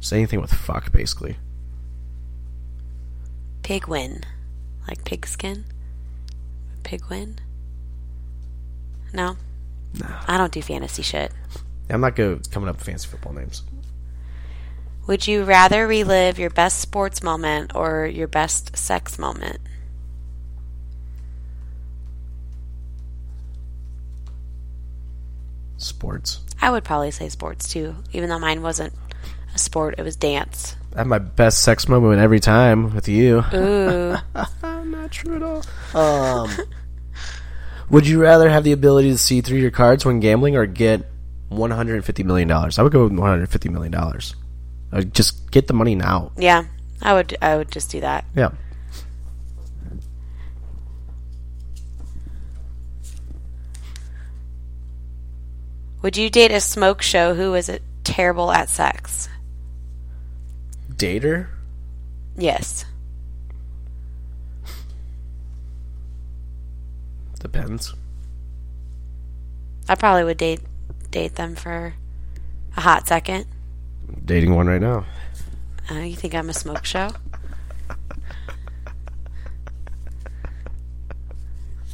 Just anything with fuck, basically.
Pigwin. Like pigskin? Pigwin? No? No. I don't do fantasy shit.
I'm not good at coming up with fantasy football names.
Would you rather relive your best sports moment or your best sex moment?
Sports.
I would probably say sports too, even though mine wasn't a sport, it was dance.
I have my best sex moment every time with you.
Ooh.
Not true at all. Um, would you rather have the ability to see through your cards when gambling or get $150 million? I would go with $150 million. I would just get the money now.
yeah. I would I would just do that.
Yeah.
Would you date a smoke show who is a- terrible at sex?
Dater?
Yes.
Depends.
I probably would date date them for a hot second.
Dating one right now.
Uh, you think I'm a smoke show?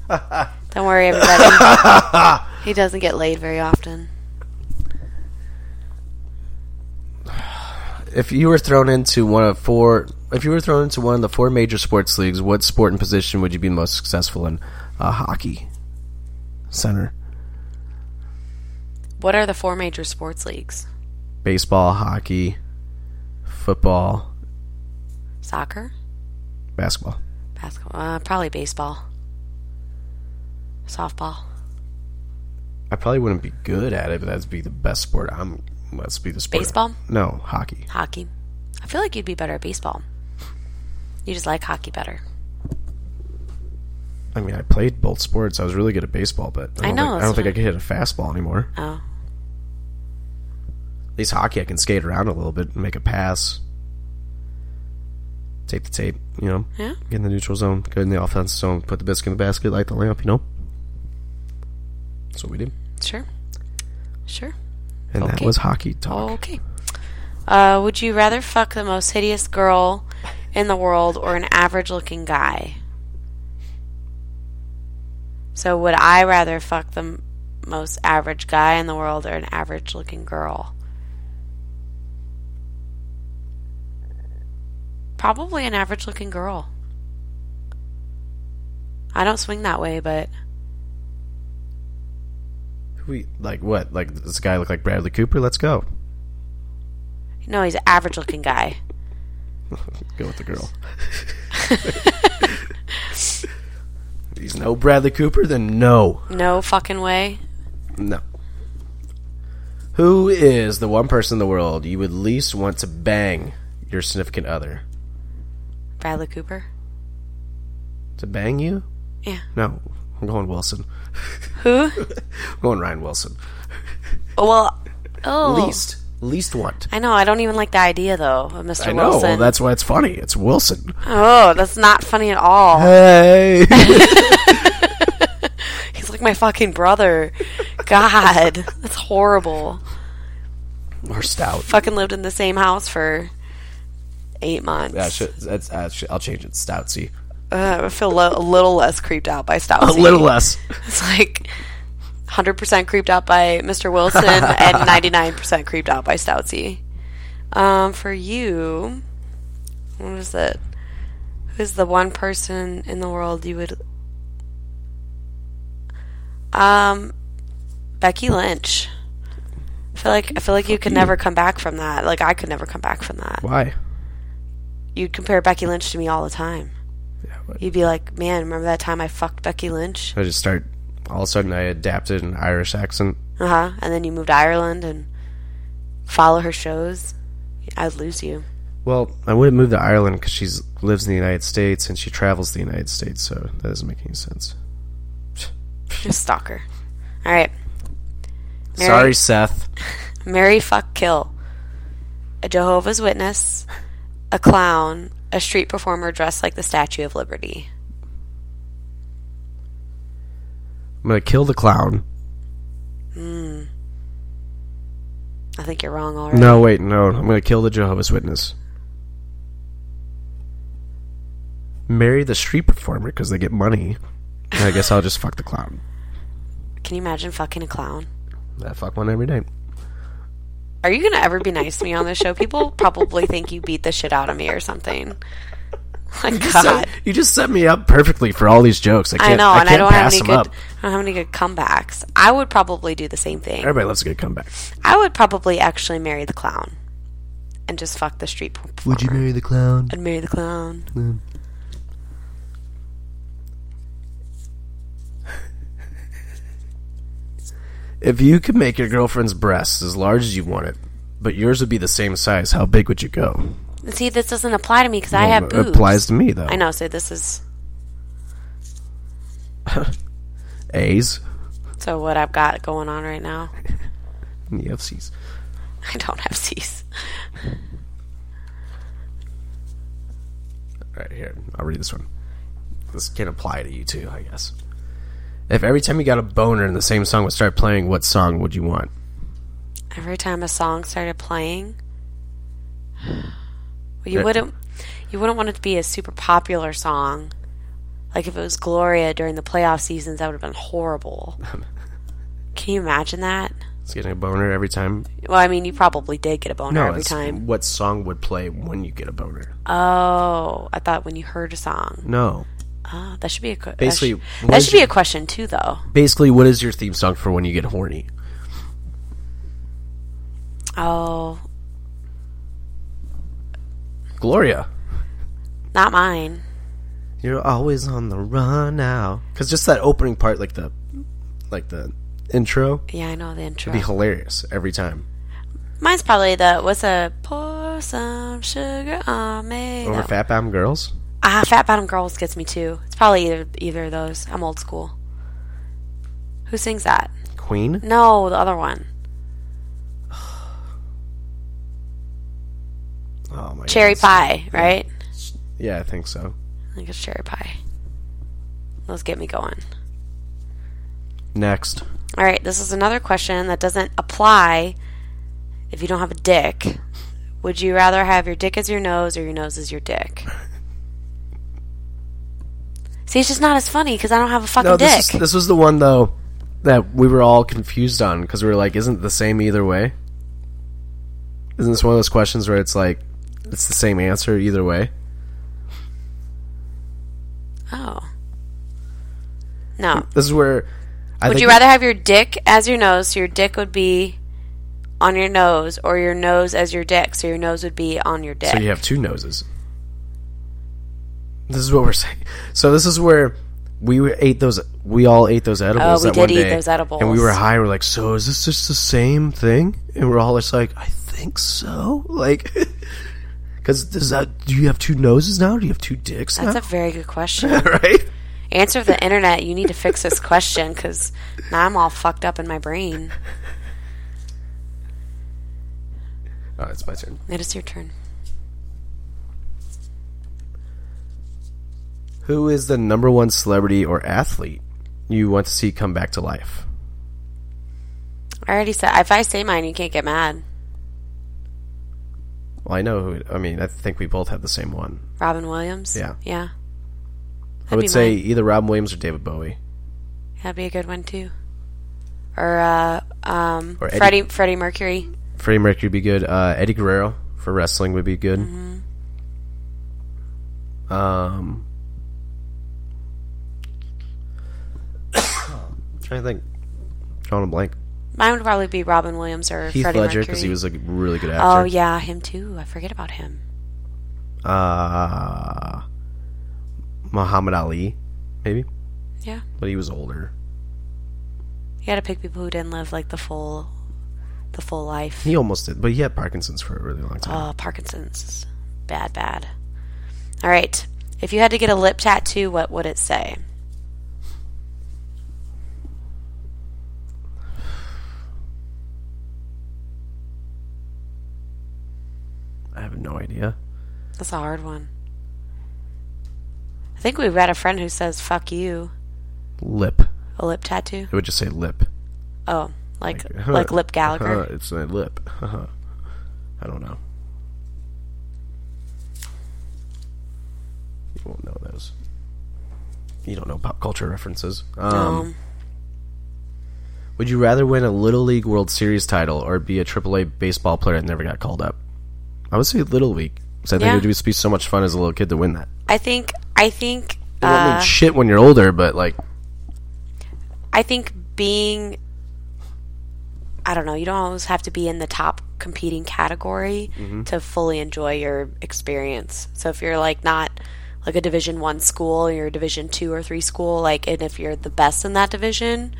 Don't worry, everybody. he doesn't get laid very often.
If you were thrown into one of four, if you were thrown into one of the four major sports leagues, what sport and position would you be most successful in? Uh, hockey. Center.
What are the four major sports leagues?
Baseball, hockey, football,
Soccer,
basketball.
basketball, uh, probably baseball, softball.
I probably wouldn't be good at it, but that'd be the best sport. I'm let's be the sport.
Baseball?
No, hockey.
Hockey. I feel like you'd be better at baseball. You just like hockey better.
I mean, I played both sports. I was really good at baseball, but I
I
don't
know,
Think, I
that's
don't think
what
I could hit a fastball anymore.
Oh,
At least hockey, I can skate around a little bit and make a pass, take the tape. You know,
Yeah.
Get in the neutral zone, go in the offense zone, put the biscuit in the basket, light the lamp. You know, that's what we did,
sure. Sure.
and that
Okay.
was hockey talk.
Okay. Uh, would you rather fuck the most hideous girl in the world or an average looking guy? So, would I rather fuck the m- most average guy in the world or an average looking girl? Probably an average looking girl. I don't swing that way, but Oh.
We like what? Like does this guy look like Bradley Cooper? Let's go.
no, he's an average looking guy.
Go with the girl. He's no Bradley Cooper, then no.
No fucking way.
No. Who is the one person in the world you would least want to bang your significant other?
Bradley Cooper?
To bang you?
Yeah.
No. I'm going Wilson.
Who?
I'm going Ryan Wilson.
Well, oh,
Least. Least want.
I know. I don't even like the idea though of Mr.
I know.
Wilson.
That's why it's funny. It's Wilson.
oh, that's not funny at all.
Hey.
like my fucking brother. God, that's horrible.
Or stout.
Fucking lived in the same house for eight months.
That should, that's, uh, shit, I'll change it. Stoutsy.
Uh, I feel lo- a little less creeped out by Stout.
A little less.
It's like 100% creeped out by Mr. Wilson and 99% creeped out by Stoutsy. Um, for you, what is it? Who's the one person in the world you would. Um, Becky Lynch. I feel like I feel like you could never come back from that. Like I could never come back from that.
Why?
You'd compare Becky Lynch to me all the time. You'd be like, "Man, remember that time I fucked Becky Lynch?"
I just start. All of a sudden, I adapted an Irish accent.
Uh huh. And then you moved to Ireland and follow her shows. I'd lose you.
Well, I wouldn't move to Ireland because she lives in the United States and she travels the United States, so that doesn't make any sense.
Just stalker. All right. Mary-
Sorry, Seth.
Mary fuck kill. A Jehovah's Witness, a clown, a street performer dressed like the Statue of Liberty.
I'm gonna kill the clown.
I think you're wrong already.
No, wait, no. I'm gonna kill the Jehovah's Witness. Marry the street performer because they get money. And I guess I'll just fuck the clown.
Can you imagine fucking a clown?
I fuck one every day.
Are you gonna ever be nice to me on this show? People probably think you beat the shit out of me or something. My
So,
God.
you just set me up perfectly for all these jokes. I, can't,
I know,
I
and
can't
I don't have
pass
any
them
good.
up.
I don't have any good comebacks. I would probably do the same thing.
Everybody loves a good comeback.
I would probably actually marry the clown, and just fuck the street. Performer. Would you marry the clown? I'd marry the clown.
If you could make your girlfriend's breasts as large as you want it, but yours would be the same size, how big would you go?
See, this doesn't apply to me because I have
it
boobs.
applies to me though.
I know. So this is
A's
so what I've got going on right now.
and the FC's.
I don't have C's.
All right, here. I'll read this one. This can apply to you too, I guess. If every time you got a boner and the same song would start playing, what song would you want?
Every time a song started playing, well, you
Yeah.
wouldn't you wouldn't want it to be a super popular song. Like if it was Gloria during the playoff seasons, that would have been horrible. Can you imagine that?
It's getting a boner every time.
Well, I mean, you probably did get a boner every
it's
time.
What song would play when you get a boner?
Oh, I thought when you heard a song.
No.
Oh, that should be a que- that
Basically,
should- that should,
what is
be
your-
a question too, though.
Basically, what is your theme song for when you get horny?
Oh,
Gloria.
not mine.
You're always on the run now. Because just that opening part, like the, like the intro,
Yeah, I know the intro.
be hilarious every time.
Mine's probably the what's a pour some sugar on me.
Over
That
Fat Bottom Girls.
Ah, Fat Bottom Girls gets me too. It's probably either either of those. I'm old school. Who sings that?
Queen.
No, the other one. Mm-hmm.
Oh my.
Cherry
God.
Pie, right?
Yeah, I think so.
I think it's Cherry Pie. Those get me going.
Next.
All right, this is another question that doesn't apply if you don't have a dick. Would you rather have your dick as your nose or your nose as your dick? See, it's just not as funny because I don't have a fucking
No,
dick.
this is, this was the one though that we were all confused on because we were like, "Isn't it the same either way?" Isn't this one of those questions where it's like it's the same answer either way?
oh. No.
This is where. I
Would
Mm, think
you rather have your dick as your nose, so your dick would be on your nose, or your nose as your dick, so your nose would be on your dick?
So you have two noses. This is what we're saying. So this is where we were- ate those. We all ate those edibles.
Oh, we
that
did
one
eat
day,
those edibles.
and we were high. and We're like, so is this just the same thing? And we're all just like, I think so. Like, because does that? Do you have two noses now? Do you have two dicks
That's
now?
a very good question.
right?
Answer the internet. You need to fix this question because now I'm all fucked up in my brain.
Oh, it's my turn.
It is your turn.
Who is the number one celebrity or athlete you want to see come back to life?
I already said if I say mine, you can't get mad.
Well, I know who. It, I mean, I think we both have the same one.
Robin Williams.
Yeah.
Yeah.
I
be
would say
mine.
either Robin Williams or David Bowie
That'd be a good one too. Or uh, um,
or Eddie,
Freddie Freddie Mercury.
Freddie Mercury would be good. Uh, Eddie Guerrero for wrestling would be good. Um, trying to think. Drawing a blank.
Mine would probably be Robin Williams or
Heath
Freddie
Ledger
Mercury.
because he was a really good
oh
actor.
yeah, him too. I forget about him.
Uh, Muhammad Ali, maybe,
Yeah,
but he was older.
you got to pick people who didn't live like the full, the full life.
He almost did, but he had Parkinson's for a really long time.
Oh, Parkinson's is bad, bad. All right. If you had to get a lip tattoo, what would it say? Oh.
I have no idea.
That's a hard one. I think we've got a friend who says "fuck you"
Lip. It
a lip tattoo.
would just say lip.
Oh, like like Lip Gallagher.
Uh, it's my lip. I don't know. You won't know those. You don't know pop culture references. Um,
Um,
Would you rather win a Little League World Series title or be a AAA baseball player that never got called up? I would say Little League. 'cause I think
Yeah.
it would just be so much fun as a little kid to win that.
I think I think
It won't mean
uh,
shit when you're older, but like,
I think being I don't know, you don't always have to be in the top competing category
Mm-hmm.
to fully enjoy your experience. So if you're like not like a division 1 school, you're a division 2 or 3 school like and if you're the best in that division,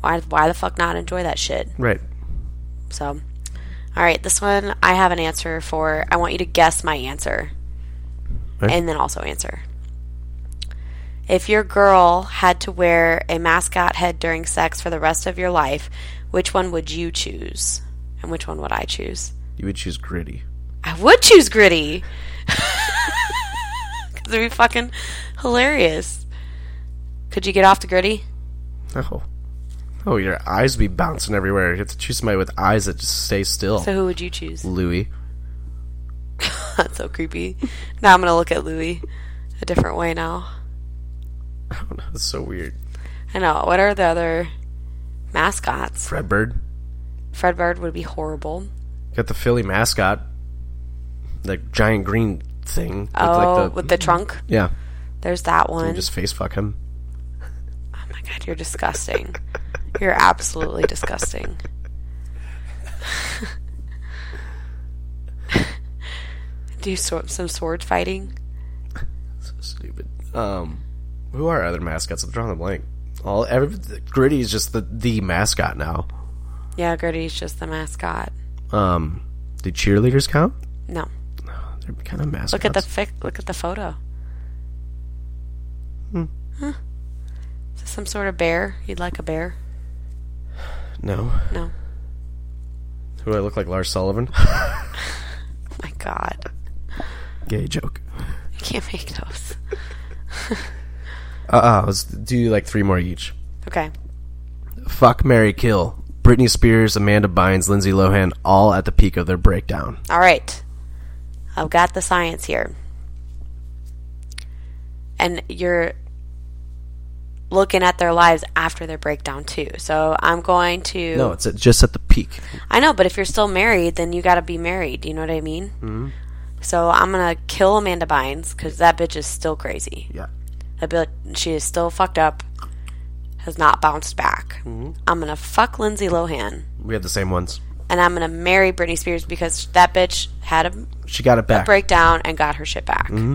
why why the fuck not enjoy that shit?
right?
So all right, this one I have an answer for. I want you to guess my answer.
Okay.
And then also answer. If your girl had to wear a mascot head during sex for the rest of your life, which one would you choose? And which one would I choose?
You would choose gritty.
I would choose Gritty. Cuz it'd be fucking hilarious. Could you get off to Gritty?
Oh, oh, your eyes be bouncing everywhere. You have to choose somebody with eyes that just stay still.
So who would you choose?
Louis.
That's so creepy. Now I'm going to look at Louie a different way now.
I don't know. It's so weird.
I know. What are the other mascots?
Fred Bird
Fred Bird would be horrible.
got the Philly mascot, the giant green thing. with,
Oh,
like the,
with the trunk.
yeah.
There's that
You
one.
just face fuck him.
oh my god, you're disgusting. you're absolutely disgusting. Do sw- some sword fighting.
Stupid. Um, who are other mascots? I'm drawing a blank. All every gritty is just the the mascot now.
Yeah, Gertie's just the mascot.
Um, do cheerleaders count?
No,
They're kind of mascots.
look at the fic- look at the photo. Hmm. Is this some sort of bear? You'd like a bear?
no.
No.
Who do I look like? Lars Sullivan.
Oh my god.
Gay joke.
I can't make those.
Uh uh Let's do like three more each.
Okay.
Fuck Mary Kill. Britney Spears, Amanda Bynes, Lindsay Lohan, all at the peak of their breakdown.
All right. I've got the science here. And you're looking at their lives after their breakdown too. So I'm going to
No, it's at, just at the peak.
I know, but if you're still married, then you got to be married, you know what I mean? mm
Mm-hmm.
So I'm going to kill Amanda Bynes cuz that bitch is still crazy.
Yeah.
That bitch she is still fucked up. Has not bounced back.
Mm-hmm.
I'm going to fuck Lindsay Lohan
We have the same ones.
and I'm going to marry Britney Spears because that bitch had a
She got it back.
breakdown and got her shit back.
Mm-hmm.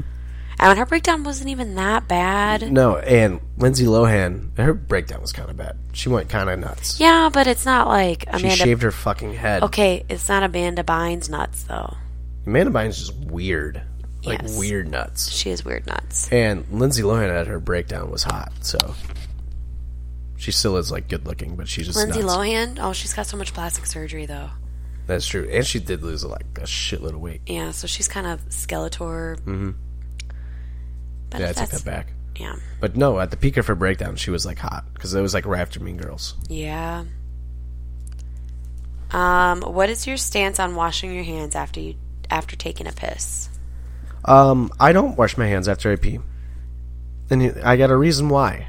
And her breakdown wasn't even that bad.
No, and Lindsay Lohan, her breakdown was kind of bad. She went kind of nuts.
Yeah, but it's not like
she
Amanda.
shaved her fucking head.
okay, it's not Amanda Bynes nuts though.
Amanda Bynes is just weird. Like
Yes.
weird nuts.
She is weird nuts.
And Lindsay Lohan at her breakdown was hot, so. She still is like good looking, but she's just
Lindsay
nuts.
Lohan. Oh, she's got so much plastic surgery though.
That's true. And she did lose like a shitload of weight.
Yeah, so she's kind of Skeletor. Mm-hmm. But
Yeah, I
if
take
that's
that back.
Yeah.
But no, at the peak of her breakdown, she was like hot because it was like right after Mean Girls.
Yeah. Um, what is your stance on washing your hands after you after taking a piss?
Um, I don't wash my hands after I pee, and you- I got a reason why.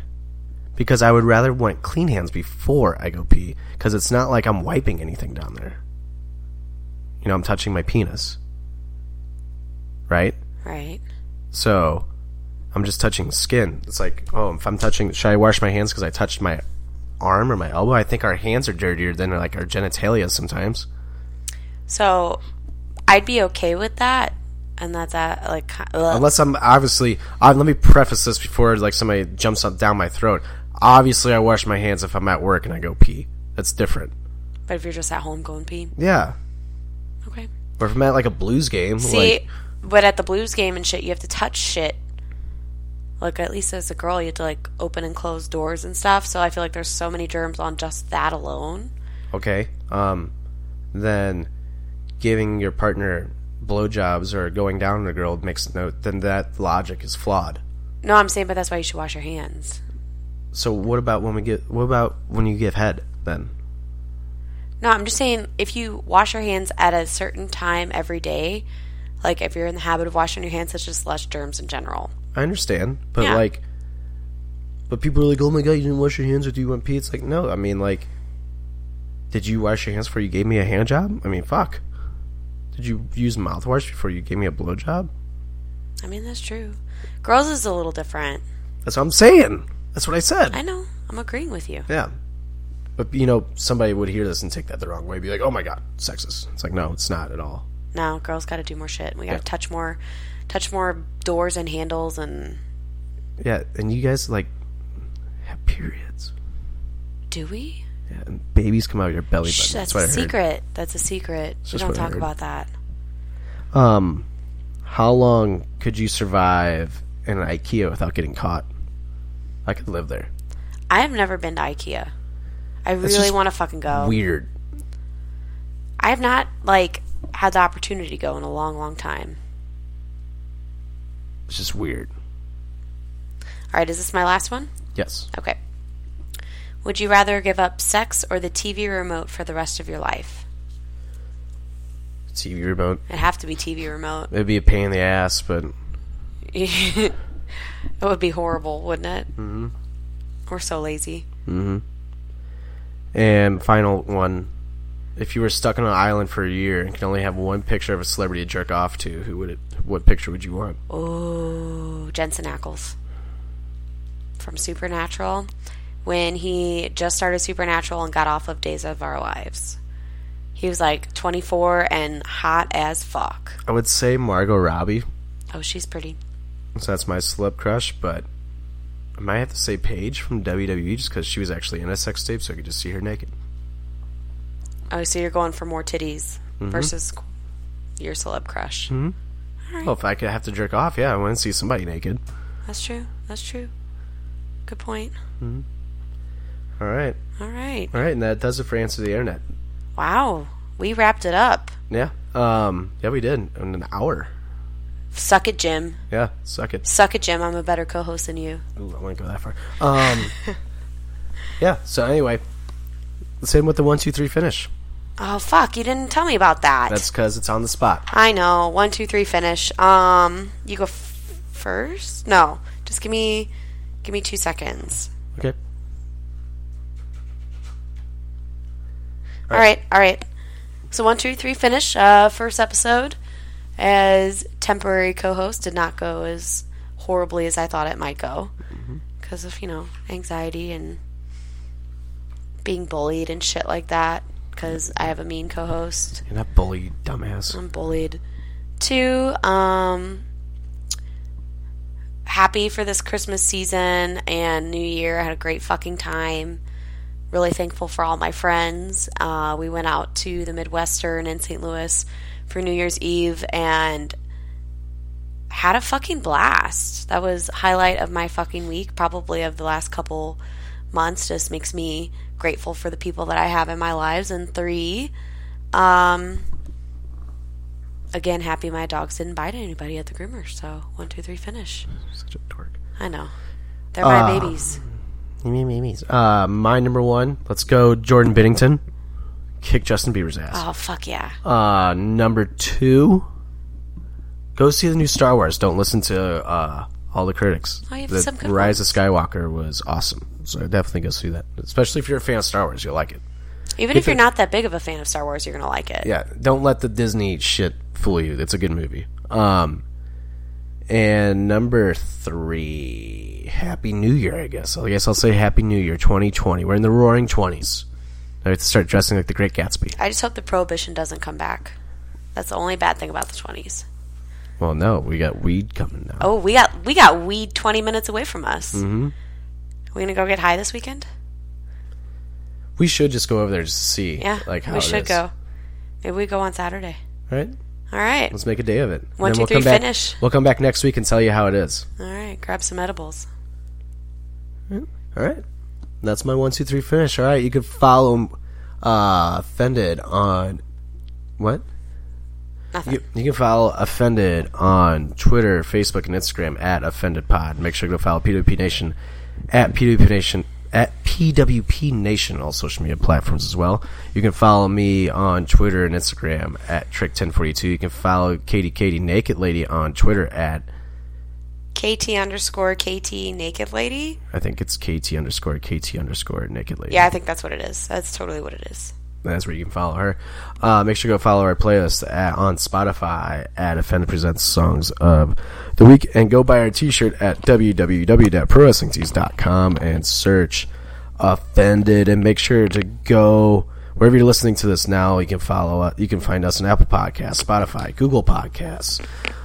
Because I would rather want clean hands before I go pee, because it's not like I'm wiping anything down there. You know, I'm touching my penis, right?
Right.
So I'm just touching skin. It's like, oh, if I'm touching, should I wash my hands because I touched my arm or my elbow? I think our hands are dirtier than like our genitalia sometimes.
So I'd be okay with that, and that's that. Like, ki- ugh.
Unless I'm obviously, uh, let me preface this before like somebody jumps up down my throat. Obviously, I wash my hands if I'm at work and I go pee. That's different.
but if you're just at home going pee,
Yeah.
okay.
Or if I'm at like a blues game,
See,
like,
but at the Blues game and shit, you have to touch shit. Like at least as a girl, you have to like open and close doors and stuff. So I feel like there's so many germs on just that alone.
okay, um, then giving your partner blowjobs or going down on a girl makes no, then that logic is flawed.
No, I'm saying, but that's why you should wash your hands.
So what about when we get? What about when you give head then?
No, I'm just saying if you wash your hands at a certain time every day, like if you're in the habit of washing your hands, it's just less germs in general.
I understand, but
Yeah.
like, but people are like, "Oh my god, you didn't wash your hands or do you want pee?" It's like, no, I mean, like, did you wash your hands before you gave me a hand job? I mean, fuck, did you use mouthwash before you gave me a blowjob?
I mean, that's true. Girls is a little different.
That's what I'm saying. That's what I said.
I know. I'm agreeing with you.
yeah, but you know, somebody would hear this and take that the wrong way, be like, "Oh my god, sexist." It's like, no, it's not at all.
Now, girls got to do more shit. We got to touch more, touch more doors and handles and
Yeah, and you guys like have periods.
do we?
Yeah, and babies come out of your belly button.
Shh, that's
that's what I
a
heard.
secret. That's a secret. we
just
don't
what I
talk
heard.
about that.
Um, how long could you survive in an IKEA without getting caught? I could live there.
I have never been to IKEA. I really
just
want to fucking go.
Weird.
I have not like had the opportunity to go in a long, long time.
It's just weird.
All right, is this my last one?
Yes.
Okay. Would you rather give up sex or the TV remote for the rest of your life?
TV remote.
It'd have to be TV remote.
It'd be a pain in the ass, but
it would be horrible, wouldn't it? Mm-hmm. We're so lazy.
and final one. If you were stuck on an island for a year and could only have one picture of a celebrity to jerk off to, who would it? What picture would you want?
Ooh, Jensen Ackles from Supernatural when he just started Supernatural and got off of Days of Our Lives. He was like 24 and hot as fuck.
I would say Margot Robbie.
Oh, she's pretty.
So that's my celeb crush, but I might have to say Paige from WWE just because she was actually in a sex tape, so I could just see her naked.
Oh, so you're going for more titties versus your celeb crush.
Well, if I could have to jerk off, yeah, I want to see somebody naked.
That's true. That's true. Good point.
All right,
All right.
all right, and that does it for answer the internet.
Wow. We wrapped it up.
Yeah, um, yeah, we did in an hour.
Suck it, Jim.
Yeah, suck it.
Suck it, Jim. I'm a better co host than you.
Ooh, I wouldn't go that far. Um, yeah. So anyway, let's hit him with the one, two, three finish.
Oh, fuck. You didn't tell me about that.
That's because it's on the spot.
I know. One, two, three, finish. Um, you go f- first. No, just give me, give me two seconds.
Okay.
All right, all right. So one, two, three, finish. Uh, first episode as temporary co-host did not go as horribly as I thought it might go because of you know anxiety and being bullied and shit like that. Because I have a mean co-host.
You're not bully, you dumbass.
I'm bullied. Two, um, happy for this Christmas season and New Year. I had a great fucking time. Really thankful for all my friends. Uh, we went out to the Midwestern in St. Louis for New Year's Eve and had a fucking blast. That was highlight of my fucking week, probably of the last couple months. Just makes me grateful for the people that I have in my lives. And three, um, again happy my dogs didn't bite anybody at the groomer so one two three finish
Such a dork.
i know They're my
Ah.
babies.
Uh, my number one. Let's go, Jordan Binnington. Kick Justin Bieber's ass.
Oh fuck yeah!
Uh, number two, go see the new Star Wars. Don't listen to uh, all the critics.
Oh, you have
the
some good
Rise of Skywalker was awesome, so definitely go see that. Especially if you're a fan of Star Wars, you'll like it.
Even if you're not that big of a fan of Star Wars, you're gonna like it.
Yeah, don't let the Disney shit fool you. It's a good movie. Um, and number three, Happy New Year. I guess. I guess I'll say Happy New Year, 2020. We're in the Roaring Twenties. I have to start dressing like the Great Gatsby.
I just hope the prohibition doesn't come back. That's the only bad thing about the twenties.
Well, no, we got weed coming now.
Oh, we got we got weed twenty minutes away from us. Mm-hmm. We gonna go get high this weekend?
We should just go over there to see.
Yeah,
like how
we
it
should
is,
go. Maybe we go on Saturday.
Right?
All right,
Let's make a day of it.
One,
And
two,
we'll
three,
come back-
finish.
We'll come back next week and tell you how it is.
all right. Grab some edibles.
All right. That's my one, two, three finish. All right. You can follow uh, Offended on what?
Nothing.
You, you can follow Offended on Twitter, Facebook, and Instagram at Offended Pod. Make sure to go follow PWP Nation at PWP Nation at PWP Nation on all social media platforms as well. You can follow me on Twitter and Instagram at Trick1042. You can follow Katie Katie Naked Lady on Twitter at
KT underscore KT naked lady.
I think it's KT underscore KT underscore Naked Lady.
Yeah, I think that's what it is. That's totally what it is.
That's where you can follow her. Uh, make sure to go follow our playlist at, on Spotify at Offended Presents Songs of the Week and go buy our t shirt at www.prowrestlingtees.com and search Offended and make sure to go. Wherever you're listening to this now, you can follow us. You can find us on Apple Podcasts, Spotify, Google Podcasts,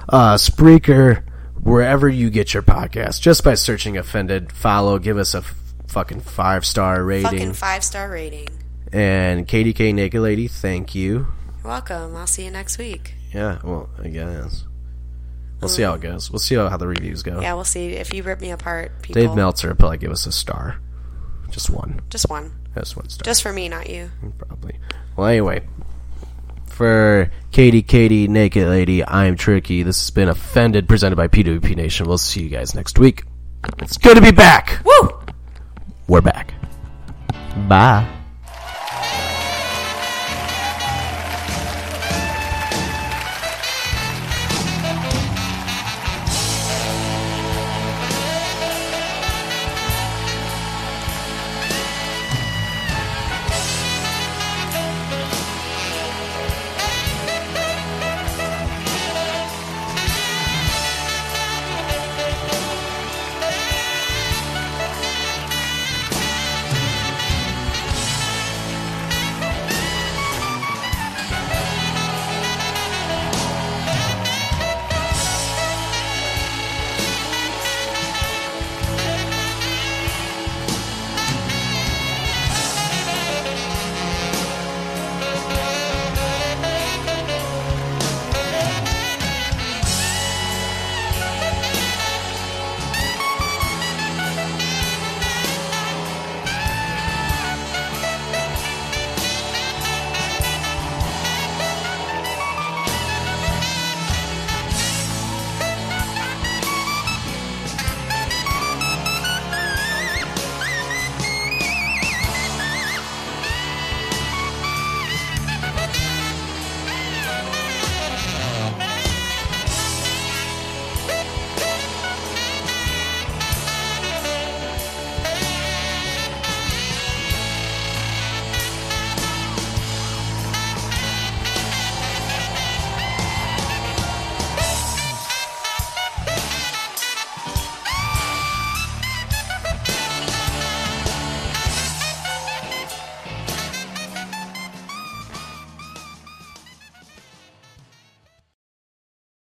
uh, Spreaker, wherever you get your podcast. Just by searching Offended, follow, give us a f- fucking five star rating.
Fucking five star rating.
And KDK Naked Lady, thank you.
You're welcome. I'll see you next week.
Yeah, well, I guess. We'll see how it goes. We'll see how, how the reviews go.
Yeah, we'll see. If you rip me apart, people.
Dave Meltzer will probably give us a star. Just one.
Just one.
Just one star.
Just for me, not you.
probably. Well, anyway. For Katie, Katie, Naked Lady, I'm Tricky. This has been Offended, presented by PWP Nation. We'll see you guys next week. It's good to be back. Woo! We're back. Bye.